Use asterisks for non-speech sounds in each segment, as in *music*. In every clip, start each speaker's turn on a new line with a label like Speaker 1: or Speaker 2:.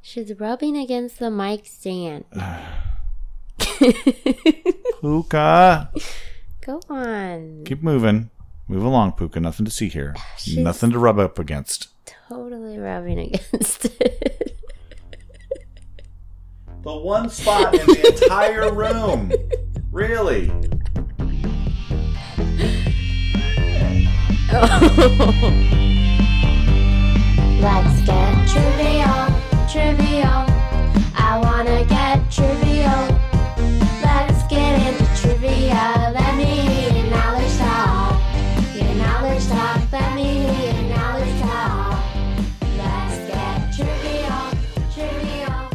Speaker 1: She's rubbing against the mic stand. *laughs*
Speaker 2: Puka.
Speaker 1: Go on.
Speaker 2: Keep moving. Move along, Puka. Nothing to see here.
Speaker 1: She's-
Speaker 2: Nothing to rub up against.
Speaker 1: Totally rubbing against it.
Speaker 2: The one spot in the entire room. Really?
Speaker 3: *laughs* Let's get trivial, trivial. I wanna get trivial. Let's get into trivia. Let me hear your knowledge talk. Your knowledge talk. Let me hear your knowledge talk. Let's get trivial, trivial.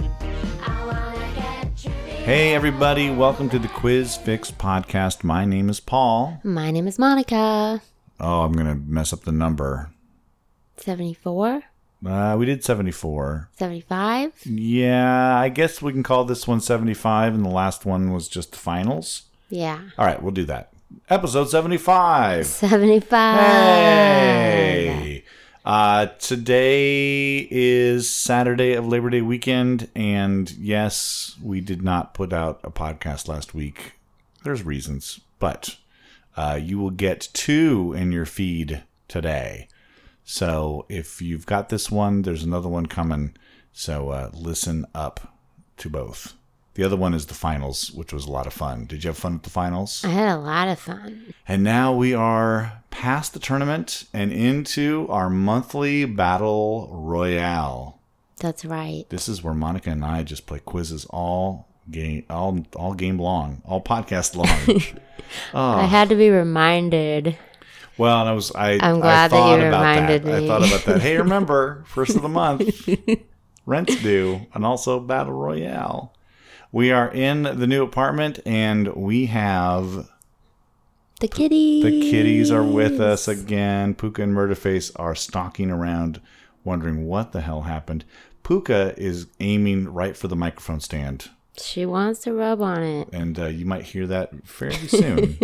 Speaker 3: I wanna get trivial.
Speaker 2: Hey, everybody. Welcome to the Quiz Fix Podcast. My name is Paul.
Speaker 1: My name is Monica.
Speaker 2: Oh, I'm going to mess up the number.
Speaker 1: 74?
Speaker 2: Uh, we did 74.
Speaker 1: 75?
Speaker 2: Yeah, I guess we can call this one 75, and the last one was just the finals.
Speaker 1: Yeah.
Speaker 2: All right, we'll do that. Episode 75.
Speaker 1: 75.
Speaker 2: Hey! Uh, today is Saturday of Labor Day weekend, and yes, we did not put out a podcast last week. There's reasons, but uh, you will get two in your feed today. So if you've got this one, there's another one coming. So uh, listen up to both. The other one is the finals, which was a lot of fun. Did you have fun at the finals?
Speaker 1: I had a lot of fun.
Speaker 2: And now we are past the tournament and into our monthly battle royale.
Speaker 1: That's right.
Speaker 2: This is where Monica and I just play quizzes all game all all game long, all
Speaker 1: *laughs*
Speaker 2: podcast long. Ah.
Speaker 1: I had to be reminded.
Speaker 2: well, and I was I
Speaker 1: I'm
Speaker 2: I
Speaker 1: glad that you
Speaker 2: thought about
Speaker 1: reminded
Speaker 2: that. I
Speaker 1: me.
Speaker 2: thought about that. Hey,
Speaker 1: *laughs*
Speaker 2: remember, first of the month, rent's due, and also battle royale. We are in the new apartment and we have
Speaker 1: The kitty.
Speaker 2: The kitties are with us again. Puka and Murderface are stalking around, wondering what the hell happened. Puka is aiming right for the microphone stand,
Speaker 1: She wants to rub on it.
Speaker 2: and uh, you might hear that fairly soon.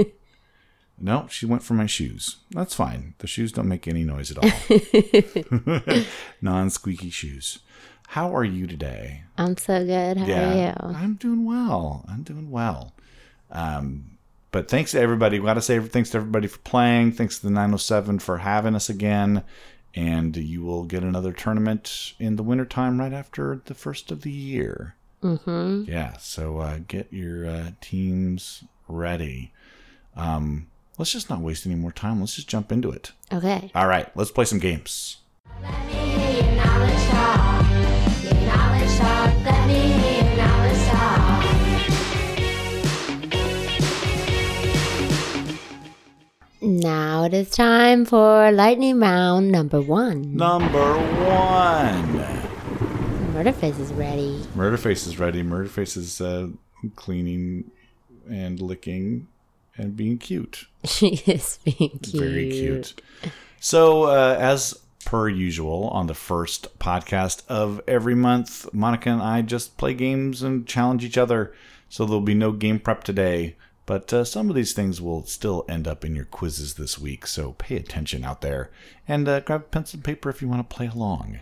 Speaker 2: no, she went for my shoes. That's fine. The shoes don't make any noise at all. *laughs* non squeaky shoes. How are you today?
Speaker 1: I'm so good. How are you?
Speaker 2: I'm doing well. I'm doing well. Um, but thanks to everybody. We got to say thanks to everybody for playing. Thanks to the 907 for having us again. And you will get another tournament in the wintertime right after the first of the year.
Speaker 1: Mm-hmm.
Speaker 2: Yeah. So uh, get your uh, teams ready. Um, let's just not waste any more time. Let's just jump into it.
Speaker 1: Okay.
Speaker 2: All right. Let's play some games.
Speaker 3: Let me hear your knowledge talk. Your knowledge talk. Let me hear your knowledge talk.
Speaker 1: Now it is time for lightning round number one.
Speaker 2: Number one.
Speaker 1: Murderface is ready. *laughs*
Speaker 2: Murderface is ready. Murderface is uh, cleaning and licking and being cute.
Speaker 1: She is being cute.
Speaker 2: Very cute. So, uh, as per usual, on the first podcast of every month, Monica and I just play games and challenge each other. So, there'll be no game prep today. But uh, some of these things will still end up in your quizzes this week. So, pay attention out there and uh, grab pencil and paper if you want to play along.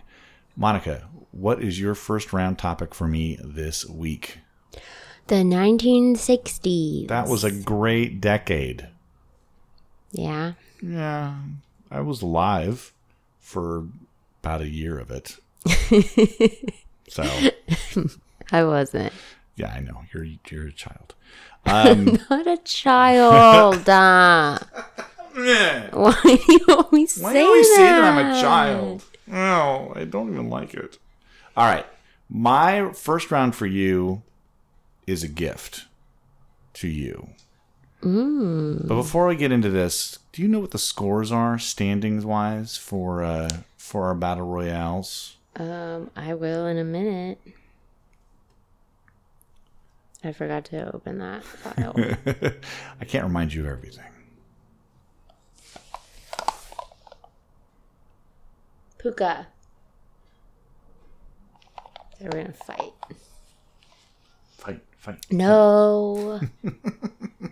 Speaker 2: Monica, what is your first round topic for me this week?
Speaker 1: The 1960s.
Speaker 2: That was a great decade.
Speaker 1: Yeah.
Speaker 2: Yeah, I was alive for about a year of it. so
Speaker 1: I wasn't. *laughs*
Speaker 2: yeah, I know you're you're a child.
Speaker 1: *laughs*
Speaker 2: Um,
Speaker 1: Not a
Speaker 2: *laughs*
Speaker 1: child. uh. *laughs* Why do you always
Speaker 2: why
Speaker 1: say
Speaker 2: do we
Speaker 1: that?
Speaker 2: say that I'm a child? No, I don't even like it. All right, my first round for you is a gift to you.
Speaker 1: Mm.
Speaker 2: But before we get into this, do you know what the scores are standings wise for uh, for our battle royales?
Speaker 1: Um, I will in a minute. I forgot to open that
Speaker 2: *laughs*
Speaker 1: file.
Speaker 2: I can't remind you of everything.
Speaker 1: Puka. They're gonna fight.
Speaker 2: *laughs* Fight, fight.
Speaker 1: No.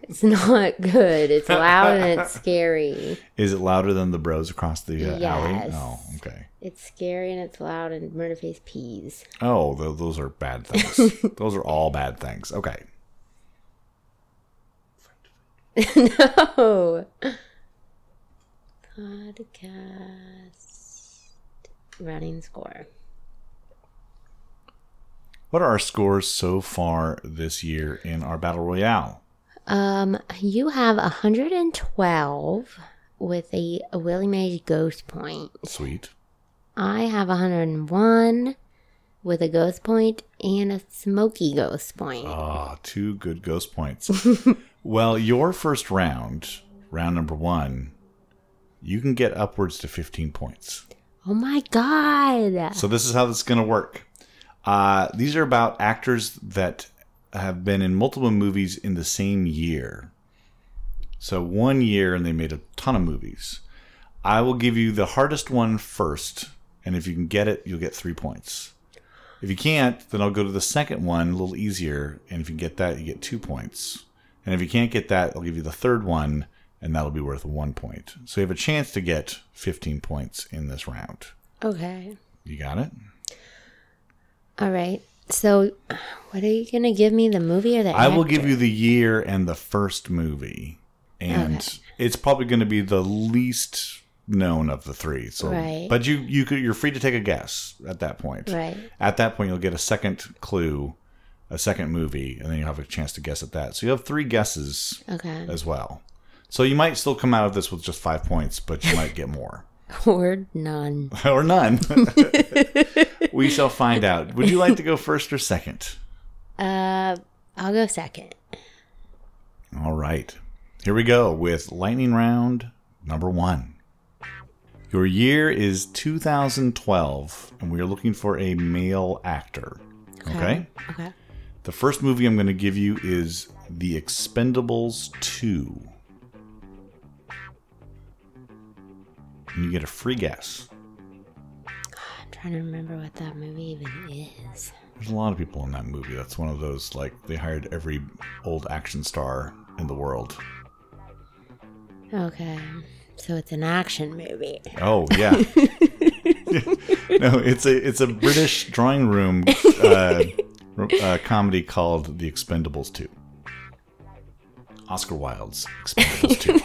Speaker 1: It's not good. It's loud and
Speaker 2: *laughs*
Speaker 1: it's scary.
Speaker 2: Is it louder than the bros across the uh, alley?
Speaker 1: Yes.
Speaker 2: Oh, okay.
Speaker 1: It's scary and it's loud and Murderface pees.
Speaker 2: Oh, tho- those are bad things. those are all bad things. Okay.
Speaker 1: *laughs* no. Podcast running score.
Speaker 2: What are our scores so far this year in our battle royale?
Speaker 1: Um, you have 112 with a Willie Mays ghost point.
Speaker 2: Sweet.
Speaker 1: I have 101 with a ghost point and a smoky ghost point.
Speaker 2: Ah, two good ghost points. well, your first round, round number one, you can get upwards to 15 points.
Speaker 1: Oh my god.
Speaker 2: So this is how this is going to work. Uh, these are about actors that have been in multiple movies in the same year. So one year, and they made a ton of movies. I will give you the hardest one first, and if you can get it, you'll get three points. If you can't, then I'll go to the second one, a little easier, and if you get that, you get two points. And if you can't get that, I'll give you the third one, and that'll be worth one point. So you have a chance to get 15 points in this round.
Speaker 1: Okay.
Speaker 2: You got it?
Speaker 1: All right. So, what are you going to give me the movie or the
Speaker 2: I will
Speaker 1: actor?
Speaker 2: give you the year and the first movie, and it's probably going to be the least known of the three. So,
Speaker 1: Right.
Speaker 2: but you you could you're free to take a guess at that point.
Speaker 1: Right.
Speaker 2: At that point, you'll get a second clue, a second movie, and then you'll have a chance to guess at that. So you have three guesses
Speaker 1: Okay.
Speaker 2: as well. So you might still come out of this with just five points, but you might get more *laughs*
Speaker 1: *laughs* Or none.
Speaker 2: or
Speaker 1: *laughs*
Speaker 2: none. we shall find out. Would you like to go first or second?
Speaker 1: Uh, I'll go second.
Speaker 2: All right. Here we go with lightning round number one. Your year is 2012, and we are looking for a male actor. Okay.
Speaker 1: Okay.
Speaker 2: The first movie I'm going to give you is The Expendables 2. And you get a free guess.
Speaker 1: I'm trying to remember what that movie even is.
Speaker 2: There's a lot of people in that movie. That's one of those, like, they hired every old action star in the world.
Speaker 1: Okay. So it's an action movie.
Speaker 2: Oh yeah. no, it's a it's a British drawing room uh, r- uh, comedy called The Expendables Two. Oscar Wilde's Expendables Two.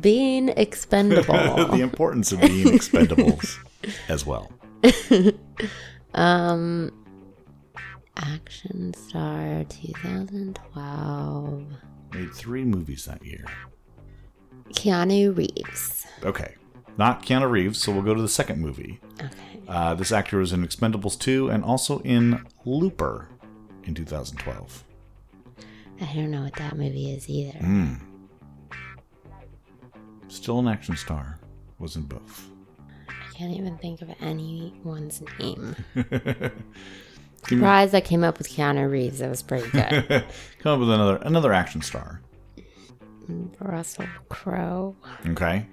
Speaker 1: Being expendable.
Speaker 2: *laughs* the importance of being expendables as well.
Speaker 1: um, action star 2012.
Speaker 2: Made three movies that year.
Speaker 1: Keanu Reeves.
Speaker 2: Okay, not Keanu Reeves, so we'll go to the second movie.
Speaker 1: Okay.
Speaker 2: Uh, this actor was in Expendables Two and also in Looper in 2012.
Speaker 1: I don't know what that movie is either.
Speaker 2: Mm. Still an action star. Was in both. *laughs*
Speaker 1: I can't even think of anyone's name.
Speaker 2: Give me-
Speaker 1: Surprised I came up with Keanu Reeves. That was pretty
Speaker 2: *laughs*
Speaker 1: good.
Speaker 2: Come up with another another action star.
Speaker 1: Mm, Russell Crowe.
Speaker 2: Okay.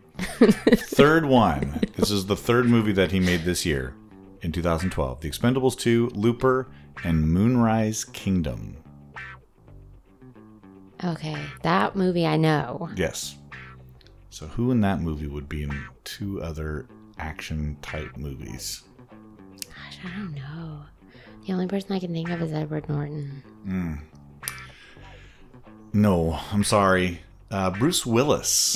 Speaker 2: third one. This is the third movie that he made this year in 2012. The Expendables 2, Looper, and Moonrise Kingdom.
Speaker 1: Okay, that movie I know.
Speaker 2: Yes. So who in that movie would be in two other action type movies?
Speaker 1: Gosh, I don't know. The only person I can think of is Edward Norton.
Speaker 2: Mm. No, I'm sorry. Uh, Bruce Willis.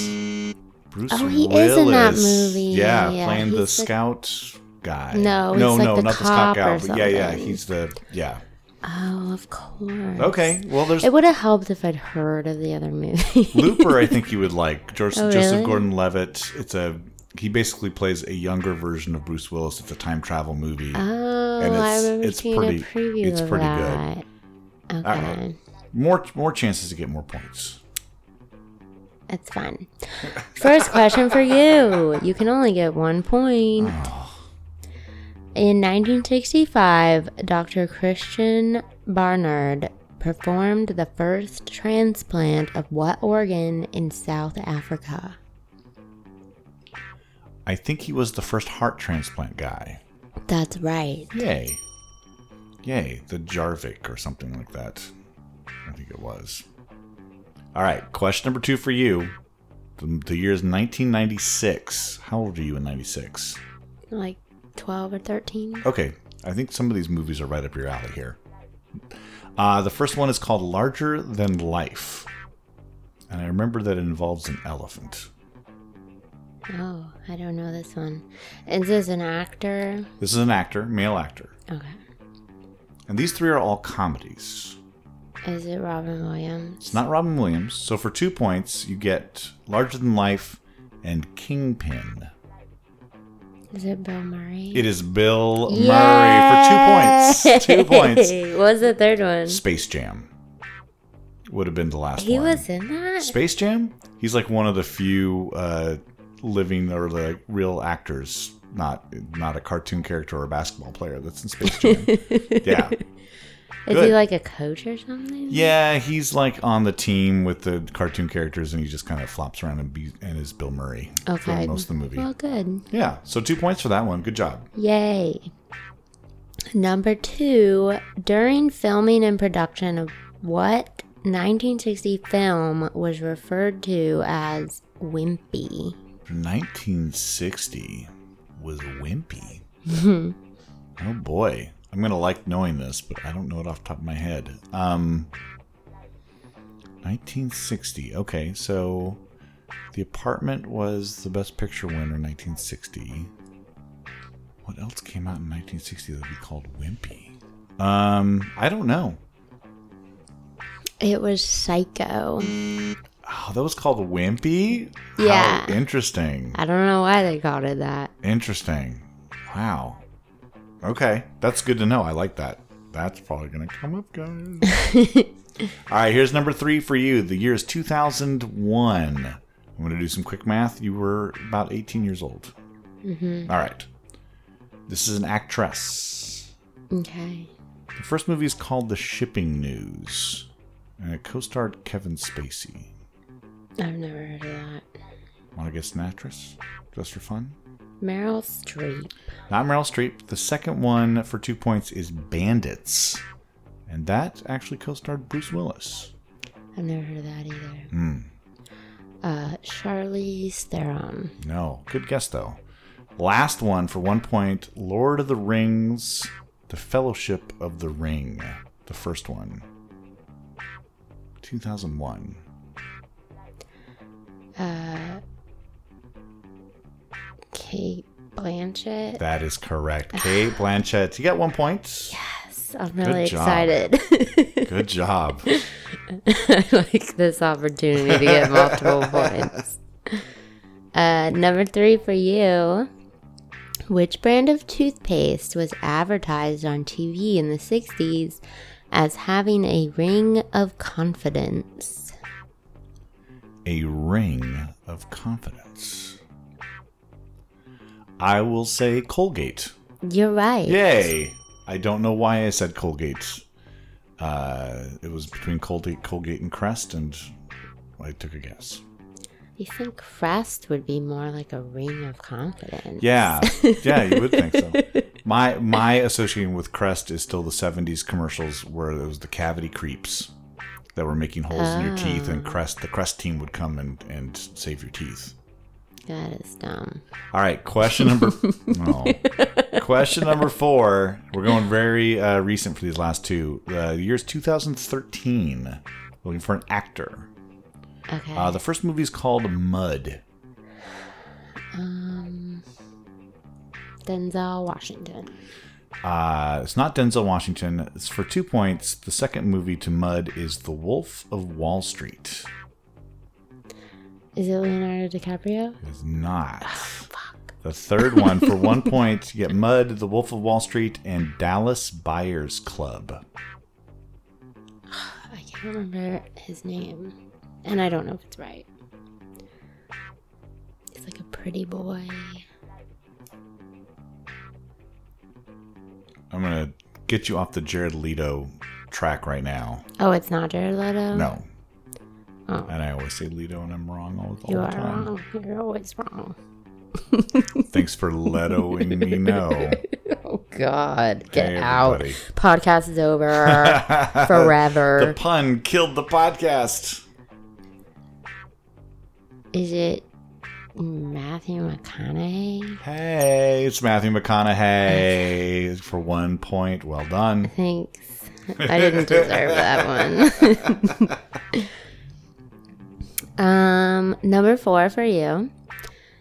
Speaker 2: Bruce
Speaker 1: Oh, he is in that movie.
Speaker 2: Yeah,
Speaker 1: Yeah,
Speaker 2: playing the
Speaker 1: he's the-
Speaker 2: scout guy.
Speaker 1: No,
Speaker 2: no,
Speaker 1: he's like
Speaker 2: no,
Speaker 1: the
Speaker 2: not the
Speaker 1: cop
Speaker 2: scout guy.
Speaker 1: or
Speaker 2: But yeah, yeah,
Speaker 1: something.
Speaker 2: he's the yeah.
Speaker 1: Oh, of course.
Speaker 2: Okay, well, there's
Speaker 1: It would have helped if I'd heard of the other movie.
Speaker 2: Looper. I think you would
Speaker 1: *laughs*
Speaker 2: like George,
Speaker 1: Oh,
Speaker 2: Joseph
Speaker 1: really?
Speaker 2: Gordon-Levitt. It's a he basically plays a younger version of Bruce Willis. It's a time travel movie.
Speaker 1: *laughs* oh, I
Speaker 2: And it's-
Speaker 1: remember
Speaker 2: it's
Speaker 1: seeing
Speaker 2: pretty-
Speaker 1: a preview
Speaker 2: it's
Speaker 1: of
Speaker 2: pretty good.
Speaker 1: that. Okay,
Speaker 2: right. more more chances to get more points.
Speaker 1: that's
Speaker 2: *laughs*
Speaker 1: fun. First question for you. You can only get one point.
Speaker 2: Oh.
Speaker 1: In 1965, Dr. Christian Barnard performed the first transplant of what organ in South Africa?
Speaker 2: I think he was the first heart transplant guy.
Speaker 1: That's right.
Speaker 2: Yay. Yay, the Jarvik or something like that. I think it was. All right, question number two for you. The, the year is 1996. How old are you in 96?
Speaker 1: Like 12 or 13.
Speaker 2: Okay, I think some of these movies are right up your alley here. Uh, the first one is called Larger Than Life. And I remember that it involves an elephant.
Speaker 1: Oh, I don't know this one. Is this an actor?
Speaker 2: This is an actor, male actor.
Speaker 1: Okay.
Speaker 2: And these three are all comedies.
Speaker 1: Is it Robin Williams?
Speaker 2: It's not Robin Williams. So for two points, you get Larger Than Life and Kingpin.
Speaker 1: Is it Bill Murray?
Speaker 2: It is Bill Murray for
Speaker 1: *laughs*
Speaker 2: two points. Two points.
Speaker 1: what was the third one?
Speaker 2: Space Jam would have been the last
Speaker 1: He
Speaker 2: one.
Speaker 1: was in that?
Speaker 2: Space Jam. He's like one of the few uh, living or like real actors, not not a cartoon character or a basketball player that's in
Speaker 1: *laughs*
Speaker 2: Space Jam. yeah,
Speaker 1: Is
Speaker 2: Good.
Speaker 1: he like a coach or something?
Speaker 2: yeah. He's like on the team with the cartoon characters, and he just kind of flops around and, be, and is Bill Murray
Speaker 1: Okay.
Speaker 2: for most of the movie.
Speaker 1: Well, good.
Speaker 2: Yeah, so two points for that one. Good job.
Speaker 1: Yay. Number two, during filming and production of what 1960 film was referred to as wimpy?
Speaker 2: 1960 was wimpy. oh boy, I'm gonna like knowing this, but I don't know it off the top of my head. Um, 1960. Okay, so the apartment was the best picture winner 1960. What else came out in 1960 that would be called wimpy? Um, I don't know.
Speaker 1: It was Psycho.
Speaker 2: Oh, that was called wimpy. How
Speaker 1: Yeah.
Speaker 2: interesting.
Speaker 1: I don't know why they called it that. *laughs*
Speaker 2: Interesting. Wow. Okay, that's good to know. I like that. That's probably going to come up, guys. All right, here's number three for you. The year is 2001. I'm going to do some quick math. You were about 18 years old. All right. This is an actress.
Speaker 1: Okay.
Speaker 2: The first movie is called The Shipping News, and it co starred Kevin Spacey.
Speaker 1: I've never heard of that.
Speaker 2: Want to guess an actress? Just for fun?
Speaker 1: Meryl Streep.
Speaker 2: Not Meryl Streep. The second one for two points is Bandits. And that actually co starred Bruce Willis.
Speaker 1: I've never heard of that either.
Speaker 2: Hmm.
Speaker 1: Uh, Charlize Theron.
Speaker 2: No. Good guess, though. Last one for one point Lord of the Rings, The Fellowship of the Ring. The first one. 2001.
Speaker 1: Uh, Kate Blanchett.
Speaker 2: That is correct. Kate Blanchett. You got one point.
Speaker 1: Yes, I'm really
Speaker 2: job.
Speaker 1: excited. *laughs*
Speaker 2: Good job.
Speaker 1: I like this opportunity to get
Speaker 2: *laughs*
Speaker 1: multiple points. Uh, number three for you. Which brand of toothpaste was advertised on TV in the 60s as having a ring of confidence?
Speaker 2: a ring of confidence. I will say Colgate.
Speaker 1: You're right.
Speaker 2: Yay! I don't know why I said Colgate. Uh, it was between Colgate, Colgate and Crest, and I took a guess.
Speaker 1: You think crest would be more like a ring of confidence?
Speaker 2: Yeah, yeah, you would think so. My my association with Crest is still the '70s commercials where it was the cavity creeps that were making holes in your teeth, and Crest the Crest team would come and and save your teeth.
Speaker 1: That is dumb.
Speaker 2: All right, question number. no. Question number four. We're going very uh, recent for these last two. Uh, the year's 2013. Looking for an actor.
Speaker 1: Okay.
Speaker 2: Uh, the first movie is called Mud.
Speaker 1: um, Denzel Washington.
Speaker 2: Uh, it's not Denzel Washington. It's for two points. The second movie to Mud is The Wolf of Wall Street.
Speaker 1: Is it Leonardo DiCaprio?
Speaker 2: It is not. The third one for one point. You get Mud, The Wolf of Wall Street, and Dallas Buyers Club.
Speaker 1: I can't remember his name. And I don't know if it's right. He's like a pretty boy.
Speaker 2: I'm gonna get you off the Jared Leto track right now.
Speaker 1: Oh, it's not Jared Leto?
Speaker 2: No,
Speaker 1: Oh.
Speaker 2: and I always say Leto, and I'm wrong all, all
Speaker 1: You
Speaker 2: the
Speaker 1: are
Speaker 2: time.
Speaker 1: wrong. You're always wrong.
Speaker 2: Thanks for Letoing me. No,
Speaker 1: *laughs* oh, God. Get
Speaker 2: Hey,
Speaker 1: out.
Speaker 2: everybody.
Speaker 1: Podcast is
Speaker 2: *laughs*
Speaker 1: over forever.
Speaker 2: The pun killed the podcast.
Speaker 1: is it Matthew McConaughey?
Speaker 2: Hey, it's
Speaker 1: *laughs*
Speaker 2: Matthew McConaughey for one point. Well done.
Speaker 1: Thanks. I didn't deserve that one. *laughs* um, number four for you.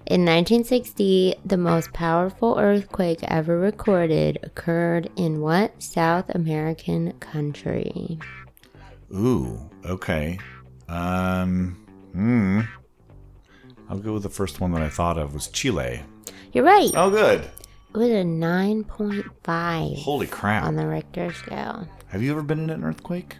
Speaker 1: In 1960, the most powerful earthquake ever recorded occurred in what South American country?
Speaker 2: Ooh, okay. Um, hmm. I'll go with the first one that I thought of was Chile.
Speaker 1: You're right.
Speaker 2: Oh, good.
Speaker 1: It was a 9.5
Speaker 2: Holy crap.
Speaker 1: on the Richter scale.
Speaker 2: Have you ever been in an earthquake?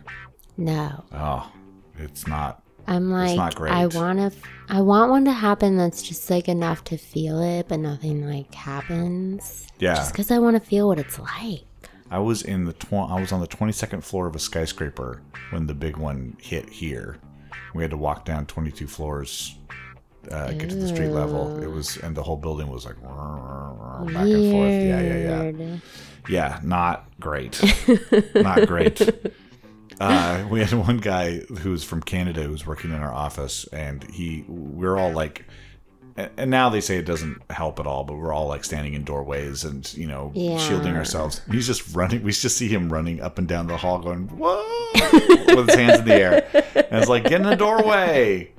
Speaker 1: No.
Speaker 2: Oh, it's not.
Speaker 1: I'm
Speaker 2: It's
Speaker 1: like,
Speaker 2: not great.
Speaker 1: I want to, f- I want one to happen that's just like enough to feel it, but nothing like happens.
Speaker 2: Yeah.
Speaker 1: Just because I want to feel what it's like.
Speaker 2: I was in the tw- I was on the 22nd floor of a skyscraper when the big one hit here. We had to walk down 22 floors, uh, get to the street level. It was, and the whole building was like "Rrr, rrr, rrr," back and forth. Yeah, yeah, yeah,
Speaker 1: Weird.
Speaker 2: yeah. Not great. *laughs* not great. Uh, we had one guy who was from Canada who was working in our office, and he, we are all like. a- And now they say it doesn't help at all, but we're all like standing in doorways and you know
Speaker 1: Yeah.
Speaker 2: shielding ourselves. He's just running. We just see him running up and down the hall, going whoa with his hands in the air, and it's like get in the doorway.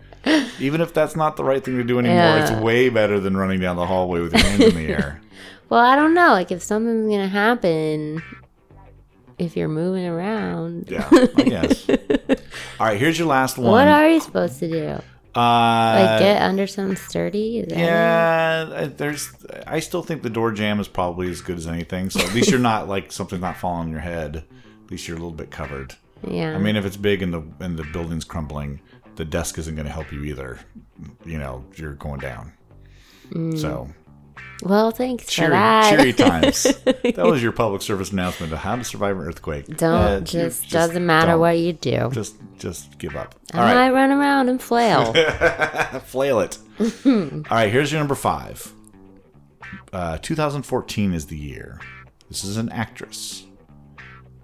Speaker 2: Even if that's not the right thing to do anymore, it's
Speaker 1: Yeah.
Speaker 2: way better than running down the hallway with your hands in the air.
Speaker 1: Well, I don't know. Like, if something's going to happen, if you're moving around,
Speaker 2: Yeah, I guess.
Speaker 1: *laughs*
Speaker 2: All right, here's your last one.
Speaker 1: what are you supposed to do? Like,
Speaker 2: Uh,
Speaker 1: get under something sturdy? Is that
Speaker 2: yeah, uh, there's. I still think the door jam is probably as good as anything. So at least you're
Speaker 1: *laughs*
Speaker 2: not like something's not falling on your head. At least you're a little bit covered.
Speaker 1: it? Yeah.
Speaker 2: I mean, if it's big and the and the building's crumbling, the desk isn't going to help you either. You know, you're going down.
Speaker 1: Mm.
Speaker 2: So
Speaker 1: well, thanks for
Speaker 2: cheery,
Speaker 1: that.
Speaker 2: cheery times. that was your public service announcement of how to survive an earthquake.
Speaker 1: *laughs* Don't
Speaker 2: Uh, you
Speaker 1: just, doesn't matter
Speaker 2: don't.
Speaker 1: what you do.
Speaker 2: Just just give up. All
Speaker 1: I
Speaker 2: right.
Speaker 1: might run around and
Speaker 2: *laughs*
Speaker 1: flail. *laughs*
Speaker 2: Flail it. All right, here's your number five. Uh, 2014 is the year. This is an actress.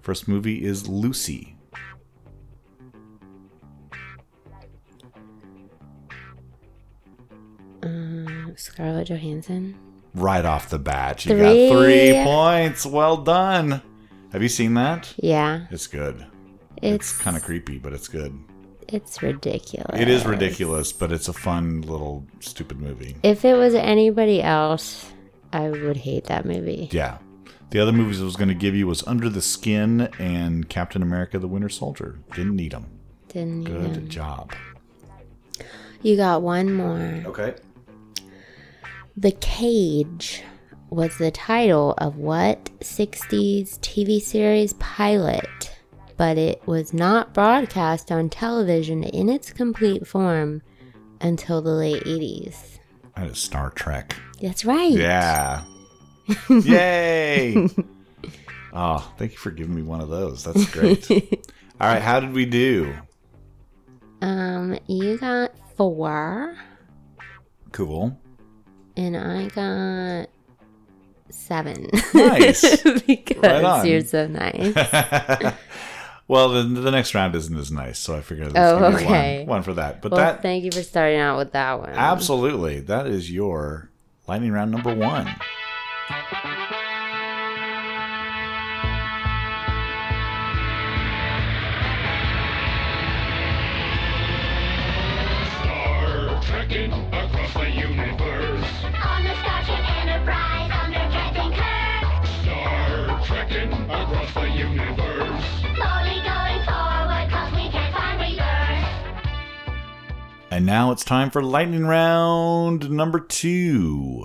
Speaker 2: First movie is Lucy.
Speaker 1: Um, Scarlett Johansson.
Speaker 2: Right off the bat, you
Speaker 1: Three.
Speaker 2: got three points. Well done. Have you seen that?
Speaker 1: Yeah,
Speaker 2: It's good. It's,
Speaker 1: it's
Speaker 2: kind of creepy, but it's good.
Speaker 1: it's ridiculous.
Speaker 2: It is ridiculous, but it's a fun little stupid movie.
Speaker 1: If it was anybody else, I would hate that movie.
Speaker 2: Yeah. The other movies I was going to give you was Under the Skin and Captain America: The Winter Soldier. Didn't need them.
Speaker 1: Didn't you?
Speaker 2: Good
Speaker 1: know?
Speaker 2: job.
Speaker 1: You got one more.
Speaker 2: Okay.
Speaker 1: The Cage was the title of what 60s TV series pilot, but it was not broadcast on television in its complete form until the late 80s.
Speaker 2: That is Star Trek.
Speaker 1: That's right. *laughs*
Speaker 2: Yeah. Yay. Oh, thank you for giving me one of those. That's great.
Speaker 1: *laughs*
Speaker 2: All right, how did we do?
Speaker 1: Um, you got four,
Speaker 2: Cool.
Speaker 1: *laughs* and I got seven.
Speaker 2: Nice.
Speaker 1: *laughs* because
Speaker 2: Right on.
Speaker 1: you're so
Speaker 2: *laughs*
Speaker 1: nice.
Speaker 2: well, the, the next round isn't as nice, so I figured
Speaker 1: Oh,
Speaker 2: let's give you
Speaker 1: okay.
Speaker 2: one, one for that. But
Speaker 1: well,
Speaker 2: that
Speaker 1: thank you for starting out with that one.
Speaker 2: absolutely that is your lightning round number one.
Speaker 4: Star trekking across the universe.
Speaker 3: On the Starship Enterprise under Captain Kirk,
Speaker 4: Star trekking across the universe.
Speaker 3: slowly going forward 'cause we can't find reverse.
Speaker 2: And now it's time for lightning round number two.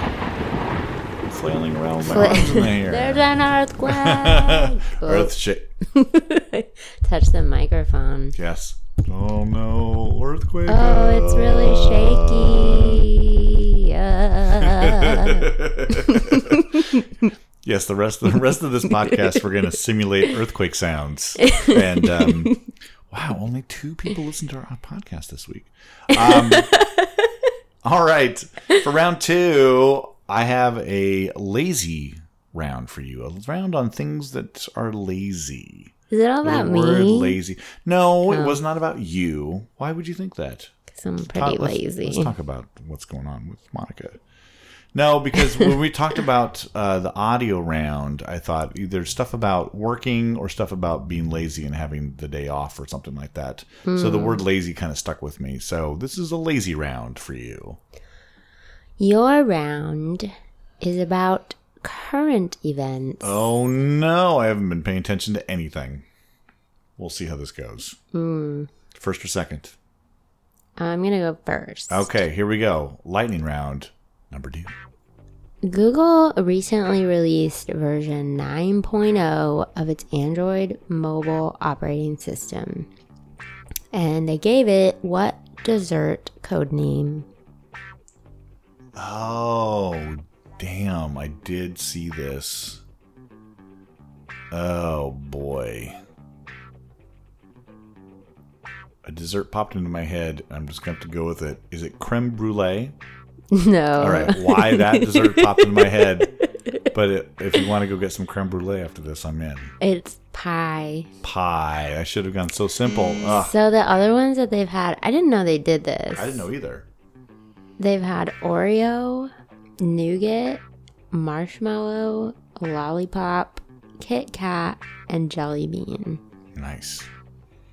Speaker 2: Flailing around with my arms in
Speaker 1: *laughs*
Speaker 2: the air.
Speaker 1: There's an earthquake.
Speaker 2: *laughs* Earth shake.
Speaker 1: Touch the microphone.
Speaker 2: Yes. Oh no, earthquake.
Speaker 1: Oh, it's really
Speaker 2: *laughs*
Speaker 1: shaky. Uh,
Speaker 2: *laughs* yes, the rest the rest of this podcast we're going to simulate earthquake sounds. And um, wow, only two people listened to our podcast this week.
Speaker 1: *laughs*
Speaker 2: Um, all right, for round 2, I have a lazy round for you. A round on things that are lazy.
Speaker 1: Is it all about
Speaker 2: the word
Speaker 1: me?
Speaker 2: lazy. No, it
Speaker 1: Oh.
Speaker 2: was not about you. Why would you think that?
Speaker 1: Because I'm
Speaker 2: Ta-
Speaker 1: pretty
Speaker 2: let's-
Speaker 1: lazy.
Speaker 2: Let's talk about what's going on with Monica. No, because when we talked about uh, the audio round, I thought either stuff about working or stuff about being lazy and having the day off or something like that. So the word lazy kind of stuck with me. So this is a lazy round for you.
Speaker 1: Your round is about current events.
Speaker 2: Oh no, I haven't been paying attention to anything. We'll see how this goes. First or second?
Speaker 1: I'm going to go first.
Speaker 2: Okay, here we go. Lightning round number two.
Speaker 1: Google recently released version 9.0 of its Android mobile operating system. And they gave it what dessert code name? *laughs*
Speaker 2: Oh, damn. I did see this. Oh, boy. A dessert popped into my head. I'm just going to have to go with it. Is it creme brulee?
Speaker 1: No.
Speaker 2: All right. Why that dessert popped into my head. But it, if you want to go get some creme brulee after this, I'm in.
Speaker 1: It's pie.
Speaker 2: Pie. I should have gone so simple. Ugh,
Speaker 1: So the other ones that they've had, I didn't know they did this.
Speaker 2: Ah. I didn't know either.
Speaker 1: They've had Oreo, nougat, marshmallow, lollipop, Kit Kat, and jelly bean.
Speaker 2: Nice.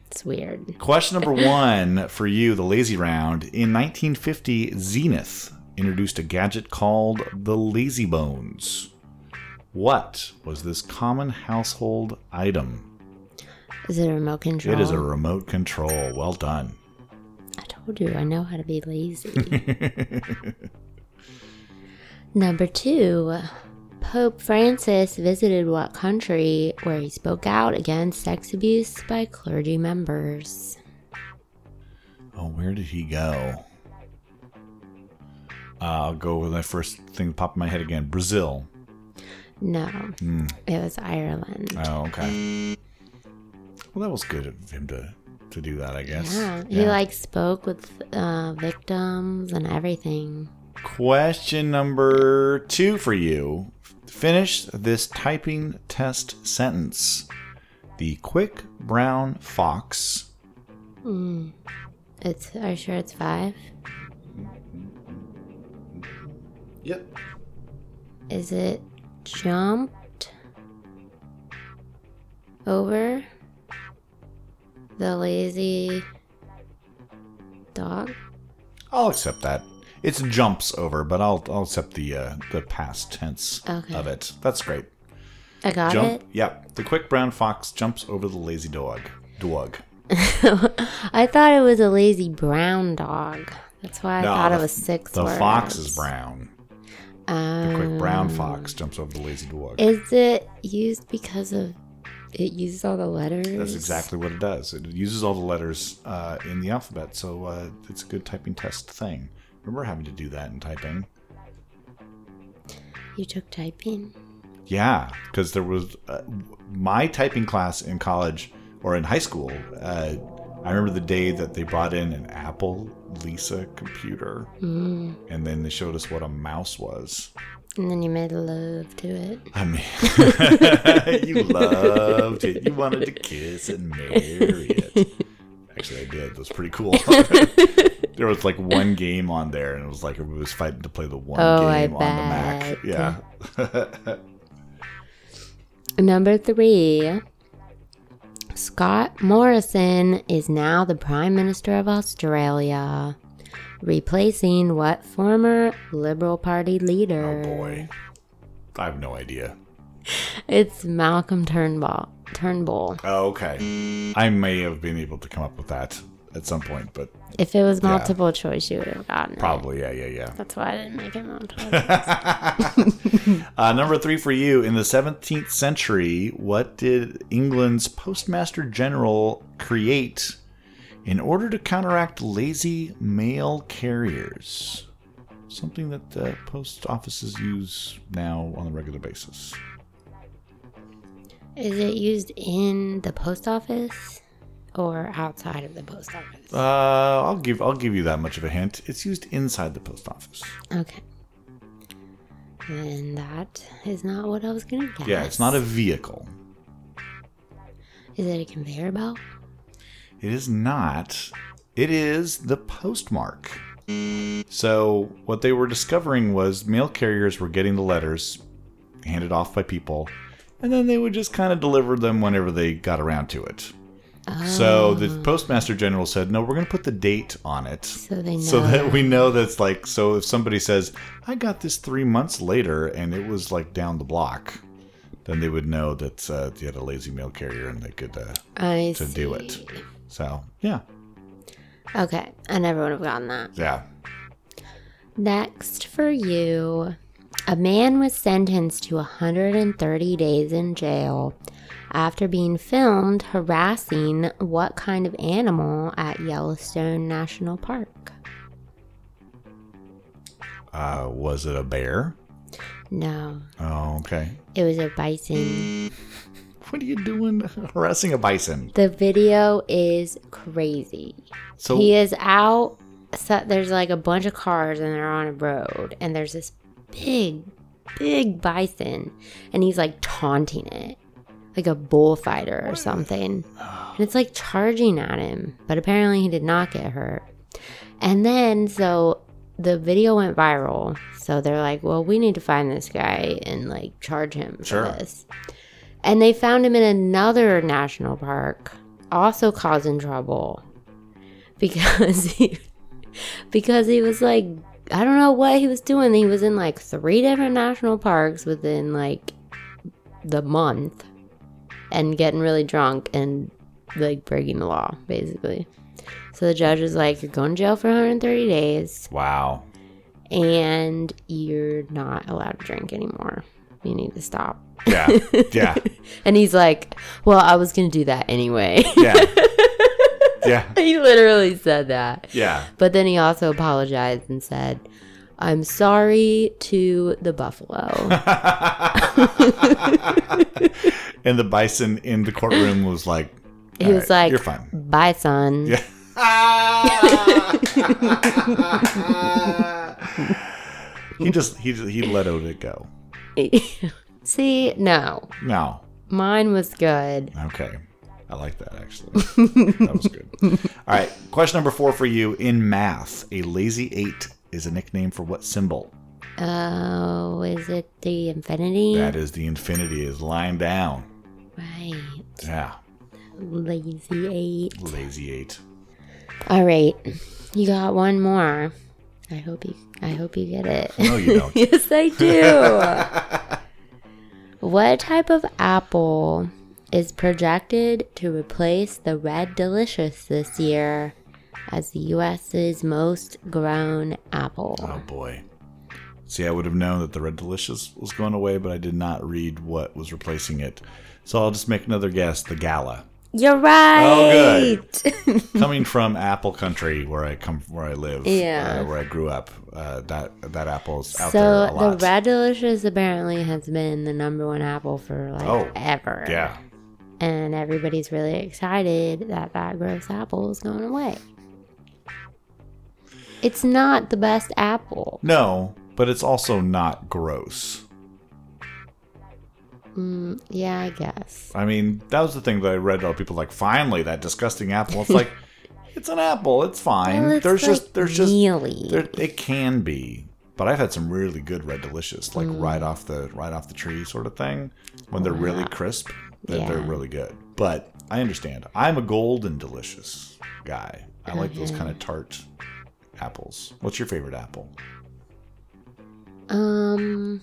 Speaker 1: It's weird.
Speaker 2: Question number one for you, the lazy round. In 1950, Zenith introduced a gadget called the Lazy Bones. What was this common household item?
Speaker 1: Is it a remote control?
Speaker 2: It is a remote control. Well done. *laughs*
Speaker 1: I told you, I know how to be lazy. *laughs* Number two, Pope Francis visited what country where he spoke out against sex abuse by clergy members?
Speaker 2: Oh, where did he go? Uh, I'll go with my first thing that popped in my head again Brazil.
Speaker 1: No, it was Ireland.
Speaker 2: Oh, okay. Well, that was good of him to, to do that, I guess.
Speaker 1: Yeah, he like spoke with uh, victims and everything.
Speaker 2: Question number two for you. Finish this typing test sentence. The quick brown fox.
Speaker 1: Hmm. It's are you sure it's five?
Speaker 2: Yep.
Speaker 1: Is it jumped over the lazy dog?
Speaker 2: I'll accept that. It's jumps over, but I'll I'll accept the uh, the past tense
Speaker 1: Okay.
Speaker 2: of it. That's great.
Speaker 1: I got
Speaker 2: Jump. Yep. The quick brown fox jumps over the lazy dog. Dog.
Speaker 1: it. *laughs* I thought it was a lazy brown dog. That's why I
Speaker 2: No,
Speaker 1: thought
Speaker 2: the-
Speaker 1: it was six.
Speaker 2: The
Speaker 1: words.
Speaker 2: fox is brown. The
Speaker 1: Um,
Speaker 2: quick brown fox jumps over the lazy dog.
Speaker 1: Is it used because of it uses all the letters?
Speaker 2: That's exactly what it does. It uses all the letters uh, in the alphabet, so uh, it's a good typing test thing. Remember having to do that in typing?
Speaker 1: You took typing.
Speaker 2: Yeah, because there was uh, my typing class in college or in high school. Uh, I remember the day that they brought in an Apple Lisa computer,
Speaker 1: Mm.
Speaker 2: and then they showed us what a mouse was.
Speaker 1: And then you made love to it. *laughs*
Speaker 2: I mean, *laughs* you loved it. You wanted to kiss and marry it. Actually, I did. That was
Speaker 1: *laughs*
Speaker 2: pretty cool. *laughs* there was like one game on there, and it was like everybody was fighting to play the one
Speaker 1: Oh, I
Speaker 2: game on the Mac. Yeah.
Speaker 1: Number three, Scott Morrison is now the Prime Minister of Australia, replacing what former Liberal Party leader?
Speaker 2: *laughs* oh boy, I have no idea.
Speaker 1: It's Malcolm Turnbull. Turnbull.
Speaker 2: Oh, okay. I may have been able to come up with that at some point, but
Speaker 1: If it was multiple choice, you would have gotten it.
Speaker 2: probably, yeah, yeah, yeah.
Speaker 1: That's why I didn't make it multiple. choice.
Speaker 2: *laughs* Uh, number three for you. In the 17th century, what did England's postmaster general create in order to counteract lazy mail carriers? Something that uh, post offices use now on a regular basis.
Speaker 1: is it used in the post office or outside of the post office?
Speaker 2: Uh, I'll give I'll give you that much of a hint. It's used inside the post office.
Speaker 1: Okay. And that is not what I was going to guess.
Speaker 2: Yeah, it's not a vehicle.
Speaker 1: Is it a conveyor belt?
Speaker 2: It is not. It is the postmark. So, what they were discovering was mail carriers were getting the letters handed off by people, and then they would just kind of deliver them whenever they got around to it.
Speaker 1: Oh,
Speaker 2: So, the postmaster general said, No, we're going to put the date on it.
Speaker 1: So they know.
Speaker 2: So that we know that's like, so if somebody says, I got this three months later and it was like down the block, then they would know that uh, you had a lazy mail carrier and they could uh,
Speaker 1: I
Speaker 2: to do it.
Speaker 1: see.
Speaker 2: So, yeah.
Speaker 1: Okay, I never would have gotten that.
Speaker 2: Yeah.
Speaker 1: Next for you. A man was sentenced to 130 days in jail after being filmed harassing what kind of animal at Yellowstone National Park?
Speaker 2: Uh, was it a bear?
Speaker 1: No,
Speaker 2: Oh, okay.
Speaker 1: it was a bison.
Speaker 2: What are you doing *laughs* harassing a bison?
Speaker 1: The video is crazy.
Speaker 2: So
Speaker 1: he is out. So there's like a bunch of cars and they're on a road, and there's this big, big bison, and he's like taunting it, like a bullfighter or something. And it's like charging at him, but apparently he did not get hurt. And then so the video went viral. So they're like, well, we need to find this guy and like charge him for
Speaker 2: Sure.
Speaker 1: this. And they found him in another national park, also causing trouble *laughs* because he because he was like I don't know what he was doing. He was in like three different national parks within like the month and getting really drunk and like breaking the law basically. So the judge was like, You're going to jail for 130 days
Speaker 2: *sighs* wow.
Speaker 1: and you're not allowed to drink anymore. You need to stop.
Speaker 2: Yeah. Yeah.
Speaker 1: And he's like, Well, I was going to do that anyway. *laughs*
Speaker 2: Yeah. Yeah.
Speaker 1: he literally said that.
Speaker 2: Yeah. *laughs*
Speaker 1: But then he also apologized and said, I'm sorry to the buffalo.
Speaker 2: and the bison in the courtroom was like,
Speaker 1: He
Speaker 2: "All
Speaker 1: was like,
Speaker 2: right,
Speaker 1: "Mm."
Speaker 2: You're fine.
Speaker 1: Bye, son. *laughs*
Speaker 2: Yeah. *laughs* he just he he let it go.
Speaker 1: *laughs* See, no.
Speaker 2: No.
Speaker 1: Mine was good.
Speaker 2: Okay. I like that actually. that was good. All
Speaker 1: *laughs*
Speaker 2: right. Question number four for you in math. A lazy eight is a nickname for what symbol?
Speaker 1: Oh, is it the infinity?
Speaker 2: That is the infinity is lying down.
Speaker 1: right.
Speaker 2: Yeah.
Speaker 1: Lazy eight.
Speaker 2: Lazy eight.
Speaker 1: All right. You got one more. I hope you I hope you get it.
Speaker 2: No, you don't.
Speaker 1: *laughs* yes, I do. *laughs* what type of apple is projected to replace the Red Delicious this year as the U.S.'s most grown apple?
Speaker 2: Oh boy. See, I would have known that the Red Delicious was going away, but I did not read what was replacing it. So I'll just make another guess
Speaker 1: *laughs*
Speaker 2: the gala.
Speaker 1: You're
Speaker 2: Oh,
Speaker 1: right. *laughs*
Speaker 2: Coming from Apple Country, where I come, where I live,
Speaker 1: Yeah.
Speaker 2: uh, where I grew up, uh, that that apple's out there
Speaker 1: so
Speaker 2: a
Speaker 1: the
Speaker 2: lot.
Speaker 1: Red Delicious apparently has been the number one apple for like
Speaker 2: Oh,
Speaker 1: ever.
Speaker 2: yeah,
Speaker 1: And everybody's really excited that that gross apple is going away. It's not the best apple.
Speaker 2: No, but it's also not gross.
Speaker 1: Mm, yeah, I guess.
Speaker 2: I mean, that was the thing that I read. All people like, finally, that disgusting apple.
Speaker 1: *laughs*
Speaker 2: It's like, it's an apple. It's fine.
Speaker 1: Well, it's
Speaker 2: there's
Speaker 1: like
Speaker 2: just, there's just,
Speaker 1: mealy.
Speaker 2: there, it can be. But I've had some really good red delicious, like
Speaker 1: Mm.
Speaker 2: right off the right off the tree sort of thing. When they're really crisp, that they're
Speaker 1: Yeah.
Speaker 2: really good. But I understand. I'm a golden delicious guy. I like those kind of tart apples. What's your favorite apple?
Speaker 1: um,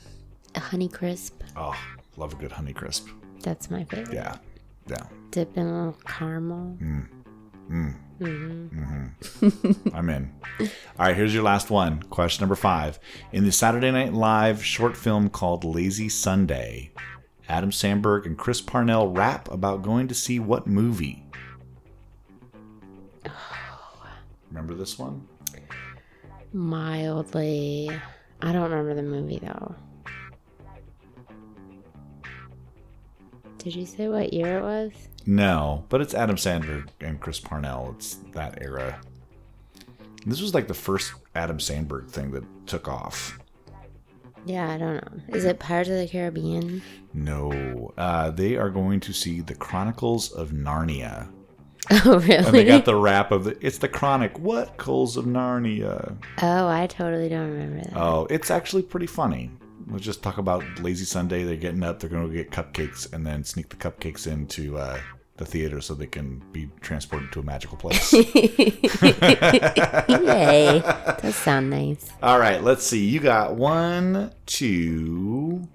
Speaker 1: honey crisp.
Speaker 2: Oh, love a good honey crisp.
Speaker 1: That's my favorite.
Speaker 2: Yeah, Mm. yeah.
Speaker 1: Dip in a little caramel. Mm-hmm.
Speaker 2: Mm-hmm. I'm in. All right, here's your last one. Question number five. In the Saturday Night Live short film called Lazy Sunday, Adam Sandberg and Chris Parnell rap about going to see what movie?
Speaker 1: Oh,
Speaker 2: Remember this one?
Speaker 1: Mildly. I don't remember the movie though. Did you say what year it was?
Speaker 2: No, but it's Adam Sandberg and Chris Parnell. It's that era. This was like the first Adam Sandberg thing that took off.
Speaker 1: Yeah, I don't know. Is it Pirates of the Caribbean? *laughs*
Speaker 2: No, uh, they are going to see the Chronicles of Narnia,
Speaker 1: Oh,
Speaker 2: and they
Speaker 1: really? *laughs*
Speaker 2: got the rap of the. It's the chronic what Coles of Narnia.
Speaker 1: oh, I totally don't remember that. *laughs*
Speaker 2: Oh, it's actually pretty funny. We'll just talk about Lazy Sunday. They're getting up. They're going to get cupcakes and then sneak the cupcakes into uh, the theater so they can be transported to a magical
Speaker 1: *laughs*
Speaker 2: place.
Speaker 1: Yay. Does sound nice.
Speaker 2: *laughs* All right, let's see. You got one, two, three.